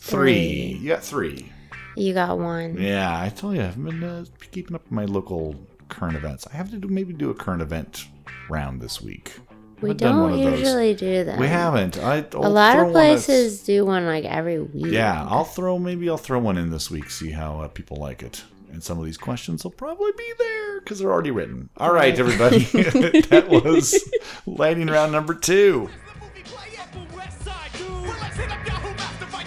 Speaker 1: Three.
Speaker 2: You got three.
Speaker 1: You got one.
Speaker 2: Yeah, I told you I haven't been uh, keeping up with my local current events. I have to do, maybe do a current event round this week.
Speaker 1: we
Speaker 2: I've done one
Speaker 1: don't
Speaker 2: of those.
Speaker 1: usually do that.
Speaker 2: We haven't. I, I'll
Speaker 1: A lot
Speaker 2: throw
Speaker 1: of
Speaker 2: one that's-
Speaker 1: places do one like every week.
Speaker 2: Yeah, I'll throw maybe I'll throw one in this week. See how uh, people like it. And some of these questions will probably be there because they're already written. All right, everybody, *laughs* that
Speaker 1: *laughs*
Speaker 2: was lightning round number two.
Speaker 5: I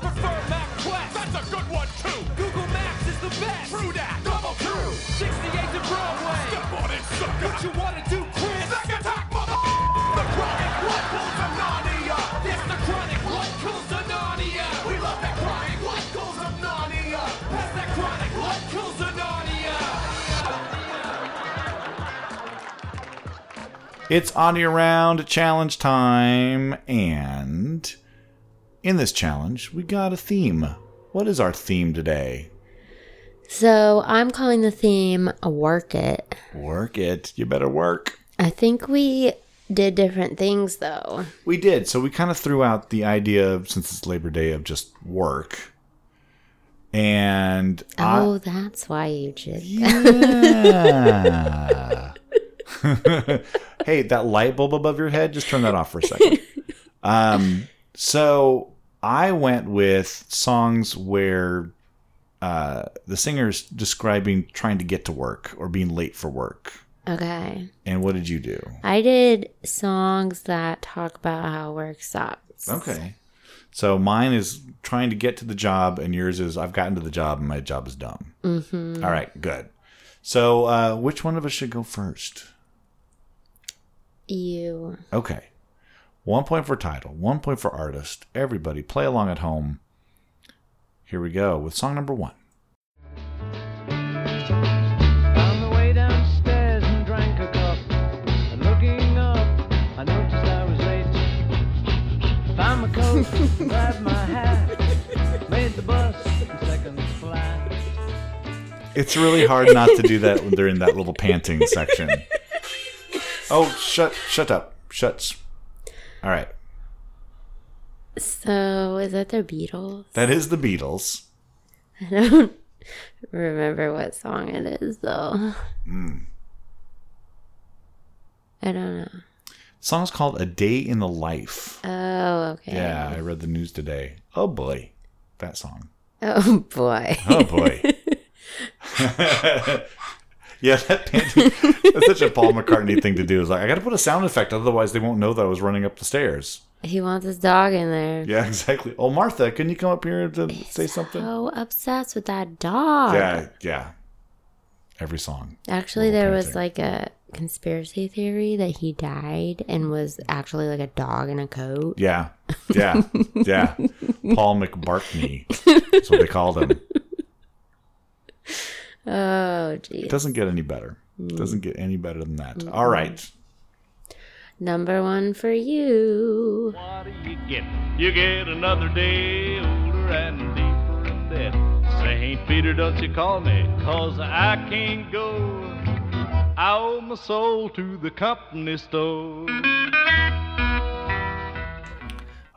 Speaker 5: prefer Mac Quest. That's a good one too. Google Maps is the best. True that. Double true. 68 to Broadway. Step on it, sucker. What you wanna do, Chris? Zack attack, mother. The chronic what goes of Narnia. Yes, the chronic what goes of Narnia. We love that chronic what goes of Narnia. That's that chronic what goes of Narnia.
Speaker 2: It's audio round challenge time, and in this challenge, we got a theme. What is our theme today?
Speaker 1: So I'm calling the theme Work It.
Speaker 2: Work it. You better work.
Speaker 1: I think we did different things though.
Speaker 2: We did. So we kind of threw out the idea of since it's Labor Day of just work. And I-
Speaker 1: oh, that's why you did.
Speaker 2: *laughs* Yeah. hey, that light bulb above your head, just turn that off for a second. Um, so I went with songs where uh, the singer's describing trying to get to work or being late for work.
Speaker 1: *laughs* Okay.
Speaker 2: And what did you do?
Speaker 1: I did songs that talk about how work sucks.
Speaker 2: Okay. So mine is trying to get to the job, and yours is I've gotten to the job and my job is dumb. Mm-hmm. right, good. So uh, which one of us should go first?
Speaker 1: You.
Speaker 2: Okay. One point for title, one point for artist. Everybody play along at home. Here we go with song number one.
Speaker 6: On the way downstairs and drank a cup. And looking up, I noticed I was late. Found my coat, grabbed my hat, made the bus in second flat.
Speaker 2: It's really hard not to do that when they're in that little panting section. Oh, shut shut up. Shuts. All right.
Speaker 1: So is that the Beatles?
Speaker 2: That is the Beatles.
Speaker 1: I don't remember what song it is though.
Speaker 2: Hmm.
Speaker 1: *laughs* I don't know.
Speaker 2: song's called A Day in the Life.
Speaker 1: Oh, okay.
Speaker 2: Yeah, I read the news today. Oh boy. That song.
Speaker 1: *laughs* Oh boy.
Speaker 2: Oh boy. *laughs* yeah, that panting, that's such a Paul McCartney thing to do. Is like I got to put a sound effect, otherwise they won't know that I was running up the stairs.
Speaker 1: He wants his dog in there.
Speaker 2: Yeah, *laughs* exactly. Oh, Martha, can you come up here to say something?
Speaker 1: So obsessed with that dog.
Speaker 2: Yeah, yeah. Every song.
Speaker 1: Actually,
Speaker 2: Little
Speaker 1: there
Speaker 2: painting.
Speaker 1: was like a conspiracy theory that he died and was actually like a dog in a coat.
Speaker 2: Yeah, yeah, yeah. Paul McBartney. That's what they called him.
Speaker 1: Oh,
Speaker 2: It
Speaker 1: geez.
Speaker 2: doesn't get any better. It doesn't get any better than that. All right.
Speaker 1: Number one for you.
Speaker 6: What do you get? You get another day older and deeper in debt. Saint Peter, don't you call me, cause I can't go. I owe my soul to the company store.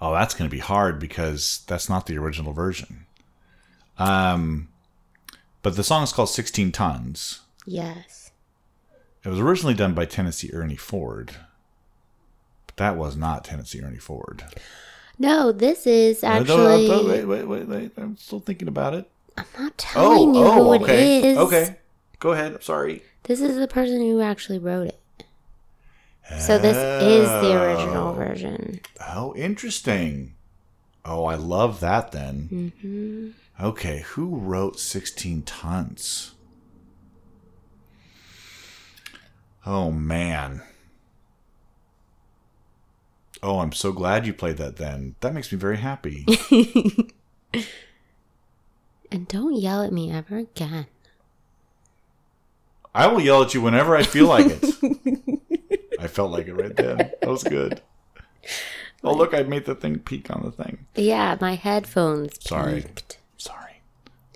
Speaker 2: Oh, that's going to be hard because that's not the original version. Um, but the song is called 16 Tons.
Speaker 1: Yes.
Speaker 2: It was originally done by Tennessee Ernie Ford, but that was not Tennessee Ernie Ford.
Speaker 1: No, this is
Speaker 2: Uh, no,
Speaker 1: actually.
Speaker 2: uh, uh, wait, wait, wait, wait. I'm still thinking about it. Oh,
Speaker 1: I'm not telling you who it is.
Speaker 2: Okay. Go ahead. I'm sorry.
Speaker 1: This is the person who actually wrote it. So this is the original version.
Speaker 2: Oh, interesting. Oh, I love that then. Okay, who wrote 16 Tons? Oh, man. Oh, I'm so glad you played that then. That makes me very happy.
Speaker 1: And don't yell at me ever again.
Speaker 2: I will yell at you whenever I feel like it. I felt like it right then. That was good. Oh, look, I made the thing peak on the thing.
Speaker 1: Yeah, my headphones
Speaker 2: Sorry.
Speaker 1: peaked.
Speaker 2: Sorry.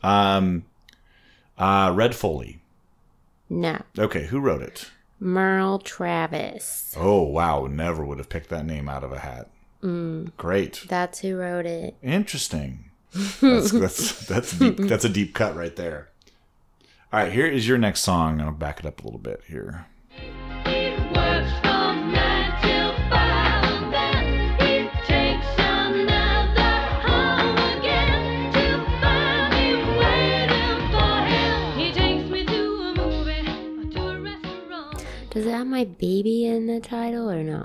Speaker 2: Um, uh, Red Foley.
Speaker 1: No.
Speaker 2: Okay, who wrote it?
Speaker 1: Merle Travis.
Speaker 2: Oh, wow. Never would have picked that name out of a hat. Great.
Speaker 1: That's who wrote it.
Speaker 2: Interesting. That's, that's, that's, deep, that's a deep cut right there. All right, here is your next song. I'll back it up a little bit here.
Speaker 7: He works from nine till five, then he takes another home again. Till finally waiting for him, he takes me to a movie, to a restaurant.
Speaker 1: Does it have my baby in the title or no?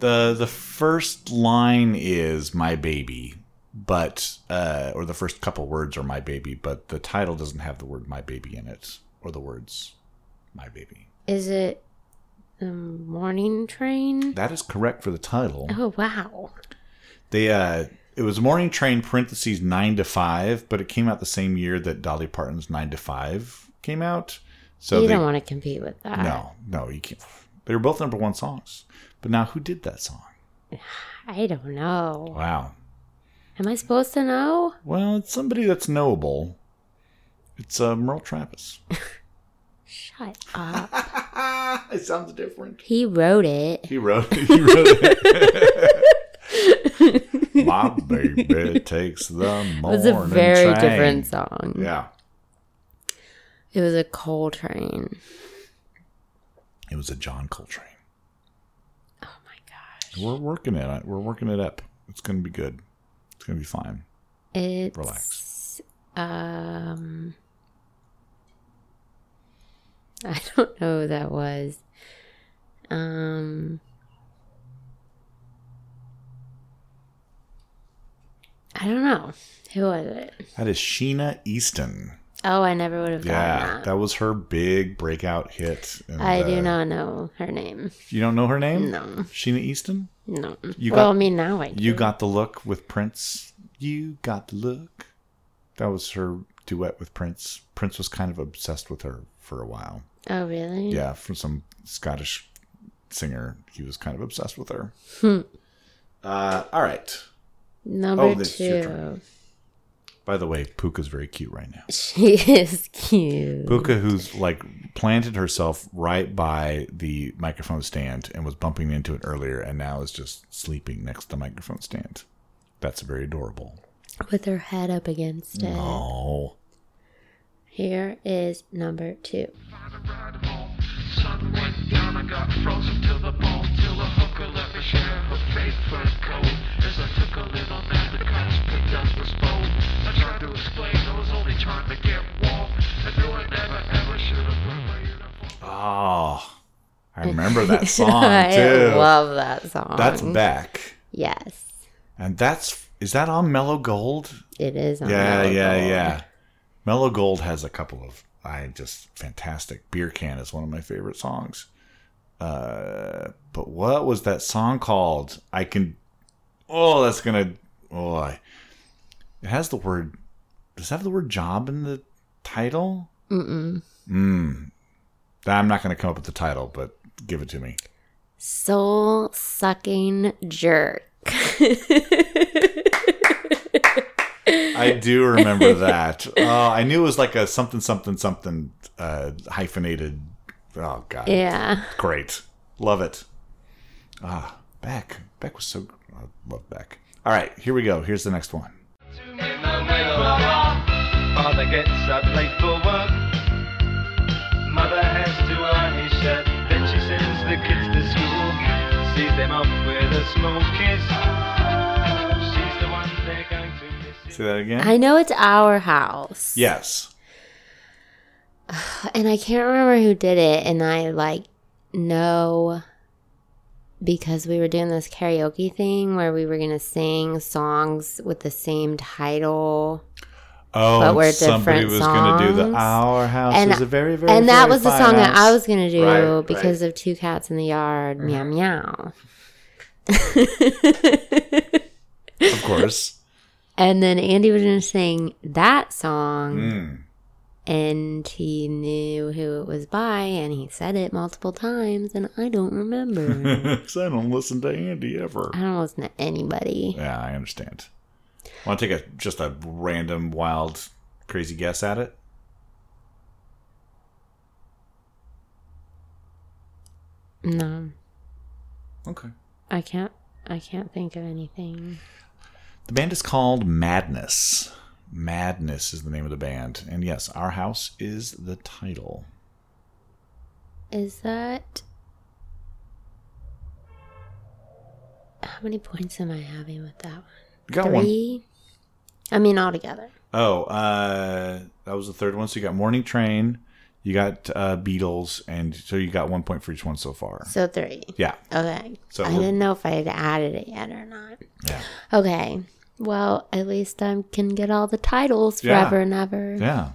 Speaker 2: the the first line is my baby but uh or the first couple words are my baby but the title doesn't have the word my baby in it or the words my baby
Speaker 1: Is it the morning train?
Speaker 2: that is correct for the title
Speaker 1: Oh, wow.
Speaker 2: they uh it was morning train parentheses nine to five but it came out the same year that dolly parton's nine to five came out so
Speaker 1: you
Speaker 2: they,
Speaker 1: don't want to compete with that.
Speaker 2: no no you can't they were both number one songs but now who did that song
Speaker 1: I don't know.
Speaker 2: wow
Speaker 1: Am I supposed to know?
Speaker 2: Well, it's somebody that's knowable. It's uh, Merle Travis.
Speaker 1: Shut up.
Speaker 2: *laughs* it sounds different.
Speaker 1: he wrote it.
Speaker 2: He wrote. *laughs* He wrote
Speaker 1: *laughs*
Speaker 2: it. *laughs* My baby takes the morning.
Speaker 1: It was a very
Speaker 2: train.
Speaker 1: different song.
Speaker 2: Yeah,
Speaker 1: It was a coal train.
Speaker 2: it was a John Coltrane. Oh my gosh. We're working it. out. We're working it up. It's gonna be good. It's gonna be fine.
Speaker 1: It's
Speaker 2: Relax.
Speaker 1: um I don't know who that was. Um I don't know. Who was it?
Speaker 2: That is Sheena Easton.
Speaker 1: Oh, I never would have gotten
Speaker 2: Yeah,
Speaker 1: that.
Speaker 2: that was her big breakout hit. and,
Speaker 1: I
Speaker 2: uh,
Speaker 1: do not know her name.
Speaker 2: You don't know her name?
Speaker 1: No.
Speaker 2: Sheena Easton.
Speaker 1: No.
Speaker 2: You
Speaker 1: well,
Speaker 2: got-
Speaker 1: I mean now I do.
Speaker 2: You got the look with Prince. You got the look. That was her duet with Prince. Prince was kind of obsessed with her for a while.
Speaker 1: Oh really?
Speaker 2: Yeah, from some Scottish singer, he was kind of obsessed with her. uh, all right.
Speaker 1: Number
Speaker 2: Oh,
Speaker 1: two.
Speaker 2: that's your turn. By the way, Puka's very cute right now.
Speaker 1: *laughs* She is cute.
Speaker 2: Puka, who's like planted herself right by the microphone stand and was bumping into it earlier, and now is just sleeping next to the microphone stand. That's very adorable.
Speaker 1: With her head up against it.
Speaker 2: Oh.
Speaker 1: Here is number two.
Speaker 8: Sun went down, I got frozen to the bone Till a hooker let me share her favorite coat As I took a little nap, the cops picked up this boat I tried to explain, I was only trying to get warm I knew I never ever should have put my uniform
Speaker 2: Oh, I
Speaker 1: *laughs*
Speaker 2: remember that song
Speaker 1: I
Speaker 2: too.
Speaker 1: love that song.
Speaker 2: that's back,
Speaker 1: Yes,
Speaker 2: and that's is that on Mellow Gold?
Speaker 1: it is. On
Speaker 2: yeah,
Speaker 1: Mellow
Speaker 2: yeah,
Speaker 1: Gold.
Speaker 2: yeah. Mellow Gold has a couple of I just fantastic. Beer Can is one of my favorite songs. Uh, but what was that song called? I can. Oh, that's gonna. Oh, I, it has the word. Does it have the word job in the title? Mm-mm. Mm. I'm not gonna come up with the title, but give it to me.
Speaker 1: Soul sucking
Speaker 2: *laughs*
Speaker 1: jerk. *laughs*
Speaker 2: I do
Speaker 1: *laughs*
Speaker 2: remember that. Oh, I knew it was like a something, something, something uh, hyphenated. Oh God,
Speaker 1: Yeah,
Speaker 2: great, love it. Ah, Beck, Beck was so. I love Beck. All right, here we go. Here's the next one.
Speaker 8: In the middle of our Father gets up late for work Mother has to iron his shirt Then she sends the kids to school Sees them off with a small kiss She's the one they're going to miss
Speaker 2: Say that again.
Speaker 1: I know it's our house.
Speaker 2: yes,
Speaker 1: and I can't remember who did it, and I like know because we were doing this karaoke thing where we were gonna sing songs with the same title.
Speaker 2: Oh,
Speaker 1: But we're
Speaker 2: somebody
Speaker 1: different
Speaker 2: was gonna do the
Speaker 1: songs.
Speaker 2: Our House
Speaker 1: And-
Speaker 2: is a very, very,
Speaker 1: and that
Speaker 2: very
Speaker 1: was the
Speaker 2: fine
Speaker 1: song that
Speaker 2: house.
Speaker 1: I was gonna do
Speaker 2: Right,
Speaker 1: because of Two Cats in the Yard, meow *laughs* meow.
Speaker 2: of
Speaker 1: *laughs*
Speaker 2: course.
Speaker 1: and then Andy was going to sing that song.
Speaker 2: Mm.
Speaker 1: and he knew who it was by and he said it multiple times and i don't remember
Speaker 2: *laughs* *laughs* 'Cause I don't listen to Andy ever.
Speaker 1: i don't listen to anybody
Speaker 2: Yeah, I understand. Want to take a just a random, wild, crazy guess at it?
Speaker 1: no
Speaker 2: Okay.
Speaker 1: i can't i can't think of anything
Speaker 2: The band is called Madness. Madness is the name of the band, and yes, Our House is the title.
Speaker 1: is that how many points am i having with that one
Speaker 2: You got one.
Speaker 1: three i mean altogether
Speaker 2: Oh, uh, that was the third one. So you got Morning Train, you got uh, Beatles, and so you got one point for each one so far.
Speaker 1: so three
Speaker 2: Yeah.
Speaker 1: okay
Speaker 2: So
Speaker 1: i
Speaker 2: we're-
Speaker 1: didn't know if i had added it yet or not
Speaker 2: Yeah.
Speaker 1: Okay. Well, at least I can get all the titles
Speaker 2: Yeah.
Speaker 1: forever and ever.
Speaker 2: Yeah.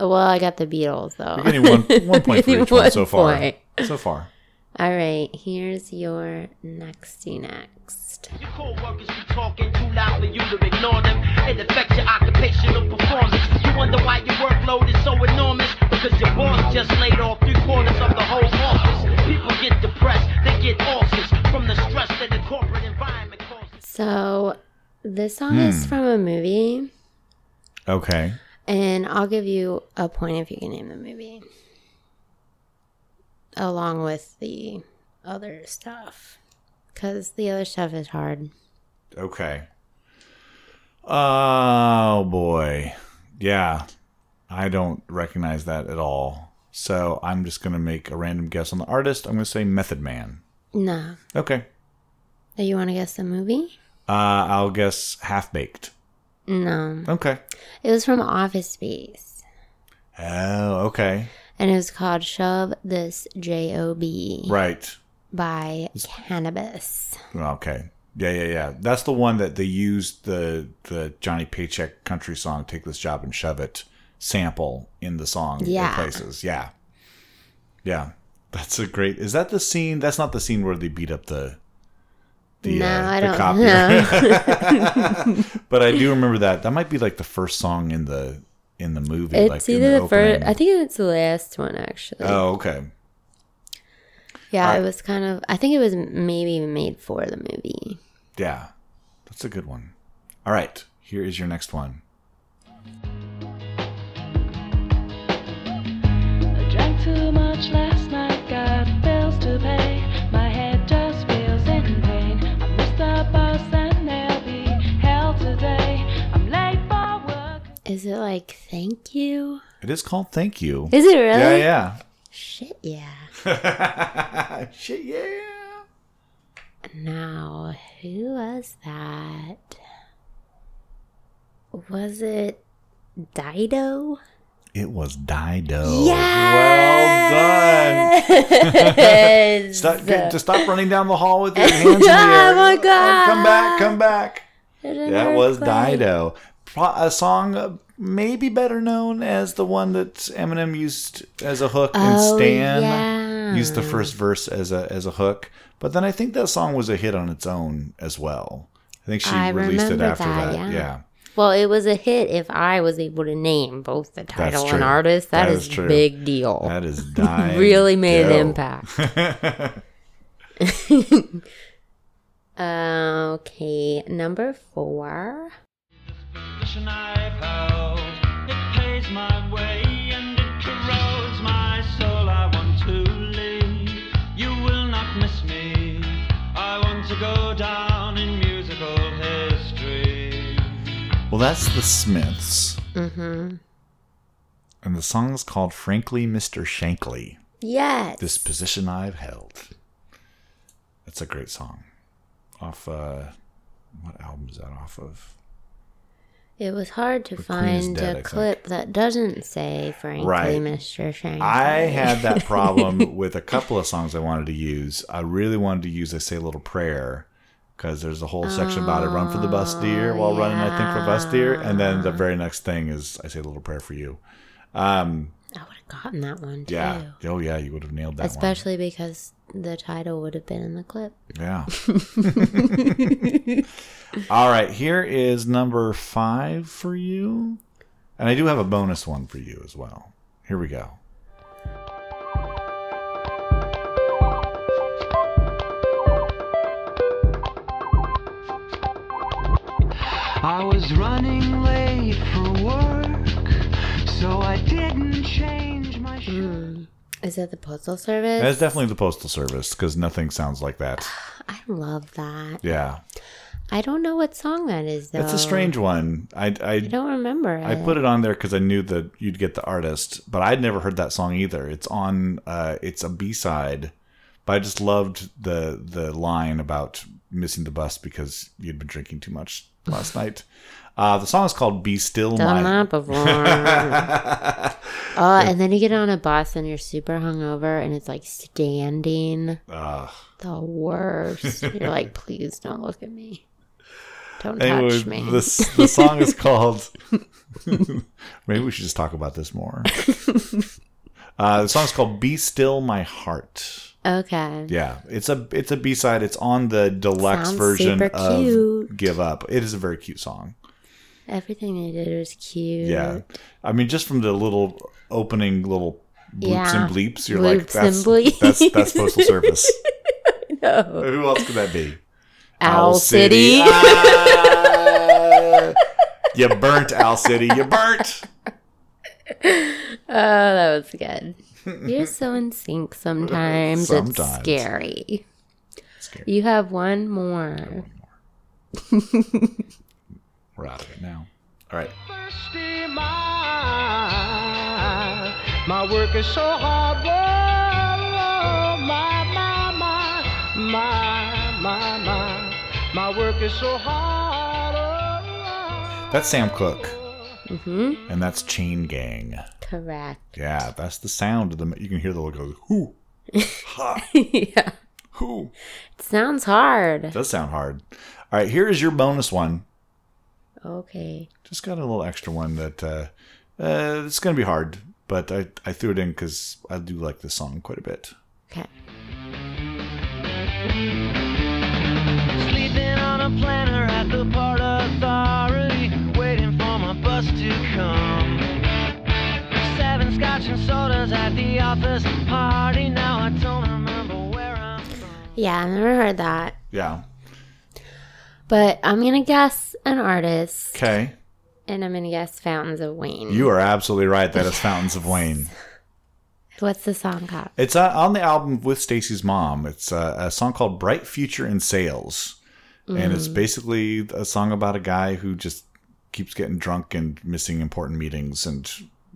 Speaker 1: Well, I got the Beatles though.
Speaker 2: You're getting one, one point for each one,
Speaker 1: *laughs* One
Speaker 2: so far.
Speaker 1: point.
Speaker 2: So far.
Speaker 1: *laughs* All right, here's your nexty next.
Speaker 9: Your co-workers be talking too loudly, you to ignore them. It affects your occupational performance. You wonder why your workload is so enormous because your boss just laid off three quarters of the whole office. People get depressed, they get ulcers from the stress that the corporate environment causes.
Speaker 1: So, this song
Speaker 2: Hmm.
Speaker 1: is from a movie,
Speaker 2: Okay.
Speaker 1: and I'll give you a point if you can name the movie, along with the other stuff, because the other stuff is hard.
Speaker 2: Okay. Oh boy. Yeah. I don't recognize that at all. So I'm just gonna make a random guess on the artist. I'm gonna say Method Man.
Speaker 1: No,
Speaker 2: Okay.
Speaker 1: do you want to guess the movie?
Speaker 2: Uh, I'll guess half baked.
Speaker 1: No,
Speaker 2: Okay.
Speaker 1: it was from Office Space.
Speaker 2: Oh, okay.
Speaker 1: and it was called Shove This J-O-B
Speaker 2: Right.
Speaker 1: by Cannabis.
Speaker 2: Okay. Yeah, yeah, yeah. That's the one that they used the the Johnny Paycheck country song "Take This Job and Shove It" sample in the song. in
Speaker 1: Yeah.
Speaker 2: places. Yeah, yeah. That's a great. Is that the scene? That's not the scene where they beat up the the,
Speaker 1: no,
Speaker 2: uh,
Speaker 1: I
Speaker 2: the
Speaker 1: don't
Speaker 2: copier.
Speaker 1: know.
Speaker 2: *laughs*
Speaker 1: *laughs*
Speaker 2: But I do remember that. That might be like the first song in the in the movie.
Speaker 1: it's
Speaker 2: like in
Speaker 1: either the, first,
Speaker 2: opening.
Speaker 1: I think it's the last one actually.
Speaker 2: Oh, okay.
Speaker 1: yeah,
Speaker 2: I-
Speaker 1: it was kind of, I think it was maybe made for the movie.
Speaker 2: Yeah, that's a good one. All right, here is your next one.
Speaker 10: I drank too much last night, got bills to pay. My head just feels in pain. I missed the bus and there'll be hell today. I'm late for work.
Speaker 1: Is it like, thank you?
Speaker 2: It is called "Thank You."
Speaker 1: Is it really?
Speaker 2: Yeah, yeah.
Speaker 1: Shit, yeah.
Speaker 2: *laughs* Shit, yeah.
Speaker 1: Now, who was that? Was it Dido?
Speaker 2: It was Dido. Well done.
Speaker 1: Yes!
Speaker 2: Stop, get- just stop running down the
Speaker 1: *laughs*
Speaker 2: hall with your hands in the air.
Speaker 1: Oh my God.
Speaker 2: Come back, come back. That
Speaker 1: Another
Speaker 2: was
Speaker 1: quite-
Speaker 2: Dido. Pro- A song uh, maybe better known as the one that Eminem used as a hook and
Speaker 1: Oh,
Speaker 2: Stan
Speaker 1: yeah.
Speaker 2: used the first verse as a as a hook. But then I think that song was a hit on its own as well. I think she
Speaker 1: I
Speaker 2: released it
Speaker 1: remember
Speaker 2: after that.
Speaker 1: that,
Speaker 2: Yeah.
Speaker 1: yeah. Well, it was a hit if I was able to name both the title
Speaker 2: true.
Speaker 1: and artist.
Speaker 2: That
Speaker 1: that
Speaker 2: is
Speaker 1: is,
Speaker 2: true.
Speaker 1: big deal.
Speaker 2: That is Dido.
Speaker 1: really made an impact. *laughs* okay, number four.
Speaker 9: position I've held. It pays my way and it corrodes my soul. I want to leave. You will not miss me. I want to go down in musical history.
Speaker 2: *laughs* Well, that's the Smiths.
Speaker 1: Mm-hmm.
Speaker 2: And the song is called Frankly, Mr. Shankly.
Speaker 1: Yes.
Speaker 2: This position I've held. That's a great song. Off, uh, what album is that off of?
Speaker 1: it was hard to
Speaker 2: The Queen is
Speaker 1: find
Speaker 2: dead, I
Speaker 1: a
Speaker 2: think.
Speaker 1: clip that doesn't say frankly,
Speaker 2: Right.
Speaker 1: Mr. Shank.
Speaker 2: I had that *laughs* problem with a couple of songs I wanted to use. I really wanted to use I Say a Little Prayer because there's a whole section about it run for the bus, dear, while running, I think, for bus, dear. And then the very next thing is I Say a Little Prayer for You. Um,
Speaker 1: I would have gotten that one too.
Speaker 2: yeah. Oh, yeah, you would have nailed that one.
Speaker 1: Especially because the title would have been in the clip.
Speaker 2: *laughs* Yeah. All right. Here is number five for you. And I do have a bonus one for you as well. Here we go.
Speaker 6: I was running late for work, so I didn't change my shoes.
Speaker 1: Is that the postal service?
Speaker 2: That's definitely the Postal Service because nothing sounds like that.
Speaker 1: I love that.
Speaker 2: Yeah.
Speaker 1: I don't know what song that is though.
Speaker 2: That's a strange one. I,
Speaker 1: I
Speaker 2: I,
Speaker 1: don't remember. It.
Speaker 2: I put it on there because I knew that you'd get the artist, but I'd never heard that song either. It's on, uh, it's a B side, but I just loved the the line about missing the bus because you'd been drinking too much
Speaker 1: *laughs*
Speaker 2: last night. Uh, the song is called "Be Still
Speaker 1: Done
Speaker 2: My."
Speaker 1: that before.
Speaker 2: *laughs*
Speaker 1: Oh, and then you get on a bus and you're super hungover and it's like standing.
Speaker 2: Ugh.
Speaker 1: The worst. You're like, please don't look at me. Don't
Speaker 2: Anyway,
Speaker 1: touch me.
Speaker 2: this the
Speaker 1: *laughs*
Speaker 2: song is called. *laughs* Maybe we should just talk about this
Speaker 1: *laughs*
Speaker 2: more. Uh, the song's called "Be Still My Heart."
Speaker 1: okay.
Speaker 2: Yeah, it's a it's a B side. It's on the deluxe
Speaker 1: Sounds
Speaker 2: version
Speaker 1: super
Speaker 2: of
Speaker 1: cute.
Speaker 2: "Give Up." It is a very cute song.
Speaker 1: Everything they did was cute.
Speaker 2: Yeah, I mean, just from the little opening little bloops
Speaker 1: Yeah.
Speaker 2: and bleeps, you're like,
Speaker 1: Bloops and
Speaker 2: that's,
Speaker 1: bleeps.
Speaker 2: that's that's postal
Speaker 1: *laughs*
Speaker 2: service. Who else could that be?
Speaker 1: Owl, City.
Speaker 2: Ah! you burnt Owl City. You burnt.
Speaker 1: *laughs* Oh, that was good. You're so in sync sometimes. It's
Speaker 2: Sometimes.
Speaker 1: scary.
Speaker 2: Scary.
Speaker 1: You have one more.
Speaker 2: We're out of it now. All right.
Speaker 6: thirsty mind. My work is so hard, oh, my, my, my, my, my, my. My work is so hard, oh,
Speaker 2: That's Sam Cooke,
Speaker 1: hmm
Speaker 2: and that's Chain Gang.
Speaker 1: Correct. *laughs*
Speaker 2: Yeah, that's the sound of the. You can hear the little goes, whoo, ha,
Speaker 1: yeah.
Speaker 2: whoo.
Speaker 1: Sounds hard.
Speaker 2: Does sound hard. All right, here is your bonus one.
Speaker 1: Okay.
Speaker 2: Just got a little extra one that uh, uh, it's going to be hard, but I, I threw it in because I do like this song quite a bit.
Speaker 1: Okay.
Speaker 6: Sleeping on a planter at the Port Authority, waiting for my bus to come. Seven scotch and sodas at the office party. Now I don't remember where I'm from.
Speaker 1: Yeah, I've never heard that.
Speaker 2: Yeah.
Speaker 1: But I'm going to guess an artist
Speaker 2: Okay.
Speaker 1: and I'm going to guess Fountains of Wayne.
Speaker 2: You are absolutely right. That is Fountains of Wayne.
Speaker 1: What's the song called?
Speaker 2: It's uh, on the album with Stacy's mom. It's uh, a song called "Bright Future in Sales," and it's basically a song about a guy who just keeps getting drunk and missing important meetings and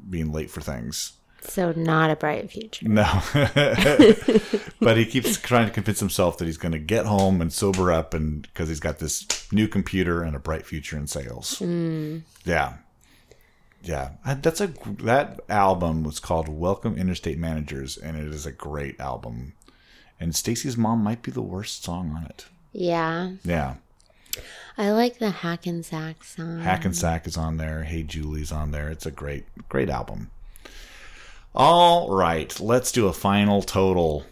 Speaker 2: being late for things.
Speaker 1: So, Not a Bright Future.
Speaker 2: No, *laughs* but he keeps trying to convince himself that he's going to get home and sober up, and because he's got this new computer and a bright future in sales. Yeah, yeah. Uh, That's a that album was called "Welcome Interstate Managers," and it is a great album. And Stacy's mom might be the worst song on it.
Speaker 1: Yeah.
Speaker 2: Yeah,
Speaker 1: I like the Hackensack song.
Speaker 2: Hack and Sack is on there. Hey Julie's on there. It's a great, great album. All right, let's do a final total.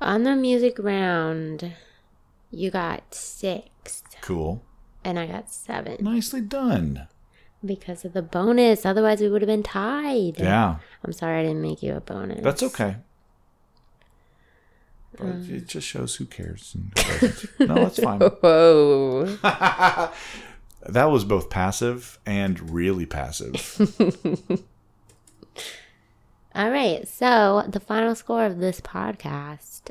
Speaker 1: On the music round, you got six
Speaker 2: Cool.
Speaker 1: and I got seven
Speaker 2: Nicely done.
Speaker 1: because of the bonus. Otherwise, we would have been tied.
Speaker 2: Yeah,
Speaker 1: I'm sorry I didn't make you a bonus.
Speaker 2: that's okay. But it just shows who cares. And who doesn't. no, that's fine.
Speaker 1: Whoa.
Speaker 2: That was both passive and really passive.
Speaker 1: All right. So, the final score of this podcast,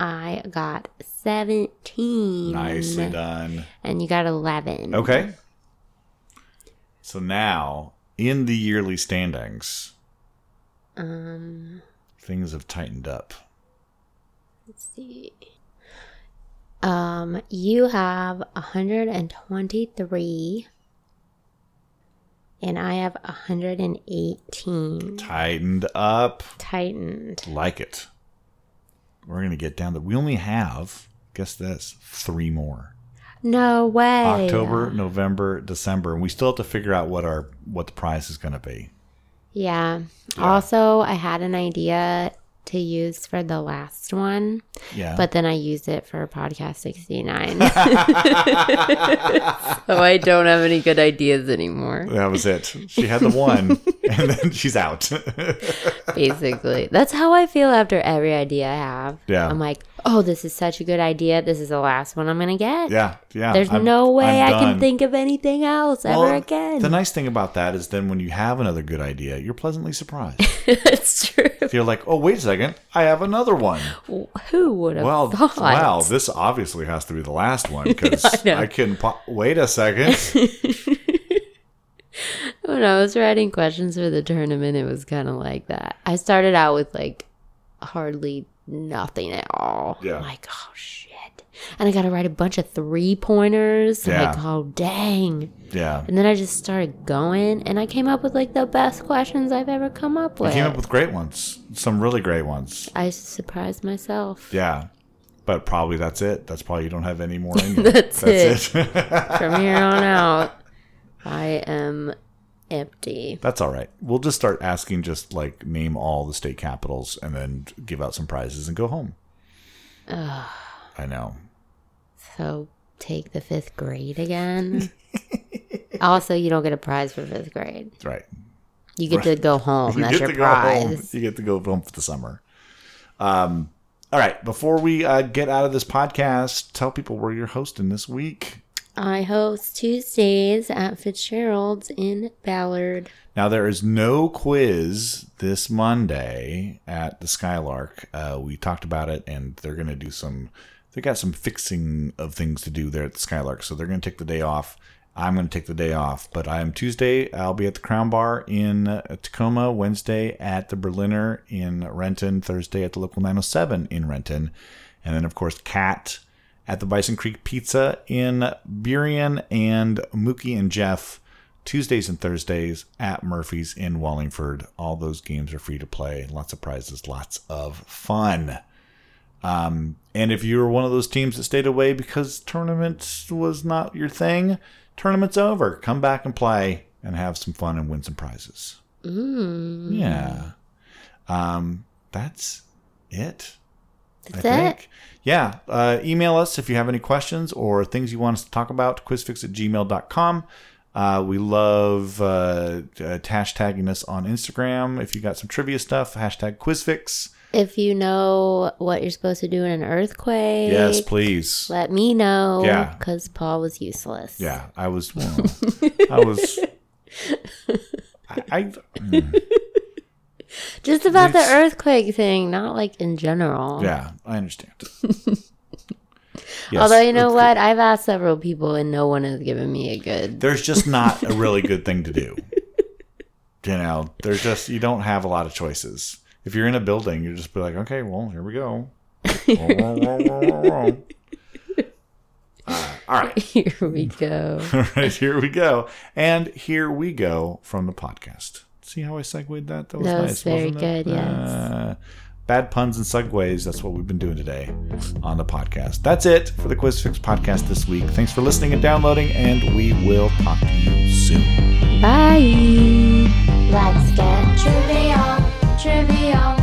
Speaker 1: I got 17. Mm-hmm.
Speaker 2: Nicely done.
Speaker 1: And you got 11.
Speaker 2: Okay. So now, in the yearly standings,
Speaker 1: Um,
Speaker 2: things have tightened up.
Speaker 1: let's see. Um, you have 123 and I have 118
Speaker 2: Tightened up.
Speaker 1: tightened.
Speaker 2: Like it. We're going to get down to. We only have, guess this, three more.
Speaker 1: No way.
Speaker 2: October, November, December, and we still have to figure out what our what the prize is going to be.
Speaker 1: Yeah. Also, I had an idea to use for the last one,
Speaker 2: Yeah.
Speaker 1: but then I used it for podcast
Speaker 2: *laughs*
Speaker 1: 69. so I don't have any good ideas anymore,
Speaker 2: that was it. *laughs* She had the one, *laughs* and then she's out. *laughs*
Speaker 1: basically. That's how I feel after every idea I have.
Speaker 2: Yeah.
Speaker 1: I'm like, oh, this is such a good idea. This is the last one I'm going to get.
Speaker 2: yeah, yeah.
Speaker 1: There's
Speaker 2: I'm-
Speaker 1: no way
Speaker 2: I'm
Speaker 1: I can
Speaker 2: done.
Speaker 1: think of anything else ever
Speaker 2: Well,
Speaker 1: again. *laughs*
Speaker 2: The nice thing about that is then when you have another good idea, you're pleasantly surprised. *laughs*
Speaker 1: That's true.
Speaker 2: you're like, oh, wait a second, I have another
Speaker 1: *laughs*
Speaker 2: one.
Speaker 1: Who would have
Speaker 2: Well,
Speaker 1: thought?
Speaker 2: wow, this obviously has to be the
Speaker 1: *laughs*
Speaker 2: last one because
Speaker 1: I know.
Speaker 2: I, can. Po- wait
Speaker 1: *laughs*
Speaker 2: a second.
Speaker 1: when I was writing questions for the tournament, it was kind of like that. I started out with like hardly nothing at all.
Speaker 2: Yeah.
Speaker 1: I'm like, oh shit. And I got to write a bunch of three pointers.
Speaker 2: Yeah.
Speaker 1: I'm like, oh dang.
Speaker 2: yeah,
Speaker 1: And then I just started going and I came up with like the best questions I've ever come up
Speaker 2: I
Speaker 1: with.
Speaker 2: came up with great ones, some really great ones.
Speaker 1: I surprised myself
Speaker 2: Yeah, but probably that's it. That's probably you don't have
Speaker 1: *laughs*
Speaker 2: any more. In you.
Speaker 1: That's
Speaker 2: it.
Speaker 1: from here on out. I am empty.
Speaker 2: *laughs* that's all right. We'll just start asking, just like name all the state capitals, and then give out some prizes and go home. I know.
Speaker 1: So take the fifth grade
Speaker 2: *laughs*
Speaker 1: again. also, you don't get a prize for fifth grade.
Speaker 2: That's right.
Speaker 1: You get to go home.
Speaker 2: You
Speaker 1: That's
Speaker 2: get
Speaker 1: your
Speaker 2: to go home.
Speaker 1: prize.
Speaker 2: You get to go home for the summer. Um, all right. Before we uh, get out of this podcast, tell people where you're hosting this week.
Speaker 1: I host Tuesdays at Fitzgerald's in Ballard.
Speaker 2: Now there is no quiz this Monday at the Skylark. Uh, we talked about it, and they're going to do some. They got some fixing of things to do there at the Skylark, so they're going to take the day off. I'm going to take the day off, but I am Tuesday. I'll be at the Crown Bar in uh, Tacoma. Wednesday at the Berliner in Renton. Thursday at the local 907 in Renton, and then of course Cat at the Bison Creek Pizza in Burien, and Mookie and Jeff Tuesdays and Thursdays at Murphy's in Wallingford. All those games are free to play. Lots of prizes, lots of fun. Um, and if you were one of those teams that stayed away because tournaments was not your thing, tournament's over. Come back and play and have some fun and win some prizes.
Speaker 1: Mm,
Speaker 2: Yeah. Um, that's it.
Speaker 1: that's
Speaker 2: I
Speaker 1: it.
Speaker 2: think. Yeah. Uh, email us if you have any questions or things you want us to talk about, quizfix at gmail.com. Uh, we love uh, uh, hashtagging us on Instagram. If you got some trivia stuff, hashtag quizfix.
Speaker 1: If you know what you're supposed to do in an earthquake,
Speaker 2: Yes, please.
Speaker 1: let me know.
Speaker 2: Yeah.
Speaker 1: Because Paul was useless.
Speaker 2: Yeah, I
Speaker 1: *laughs*
Speaker 2: was. well, I was. I, I mm,
Speaker 1: Just about the
Speaker 2: It's-
Speaker 1: earthquake thing, not like in general.
Speaker 2: yeah, I understand. Yes,
Speaker 1: Although, you know
Speaker 2: it's-
Speaker 1: what? I've asked several people and no one has given me a good. *laughs*
Speaker 2: there's just not a really good thing to do. You know, there's just you don't have a lot of choices. If you're in a building, you're just be like, okay, well, here we
Speaker 1: *laughs*
Speaker 2: go. uh, all right,
Speaker 1: Here we go.
Speaker 2: *laughs* all right, here we go, and here we go from the podcast. See how I segued that? That was
Speaker 1: That was
Speaker 2: nice.
Speaker 1: very
Speaker 2: wasn't it?
Speaker 1: good, yes.
Speaker 2: Uh, bad puns and segues. That's what we've been doing today on the podcast. That's it for the Quiz Fix podcast this week. Thanks for listening and downloading, and we will talk to you soon.
Speaker 1: Bye.
Speaker 3: Let's get trivial, trivial.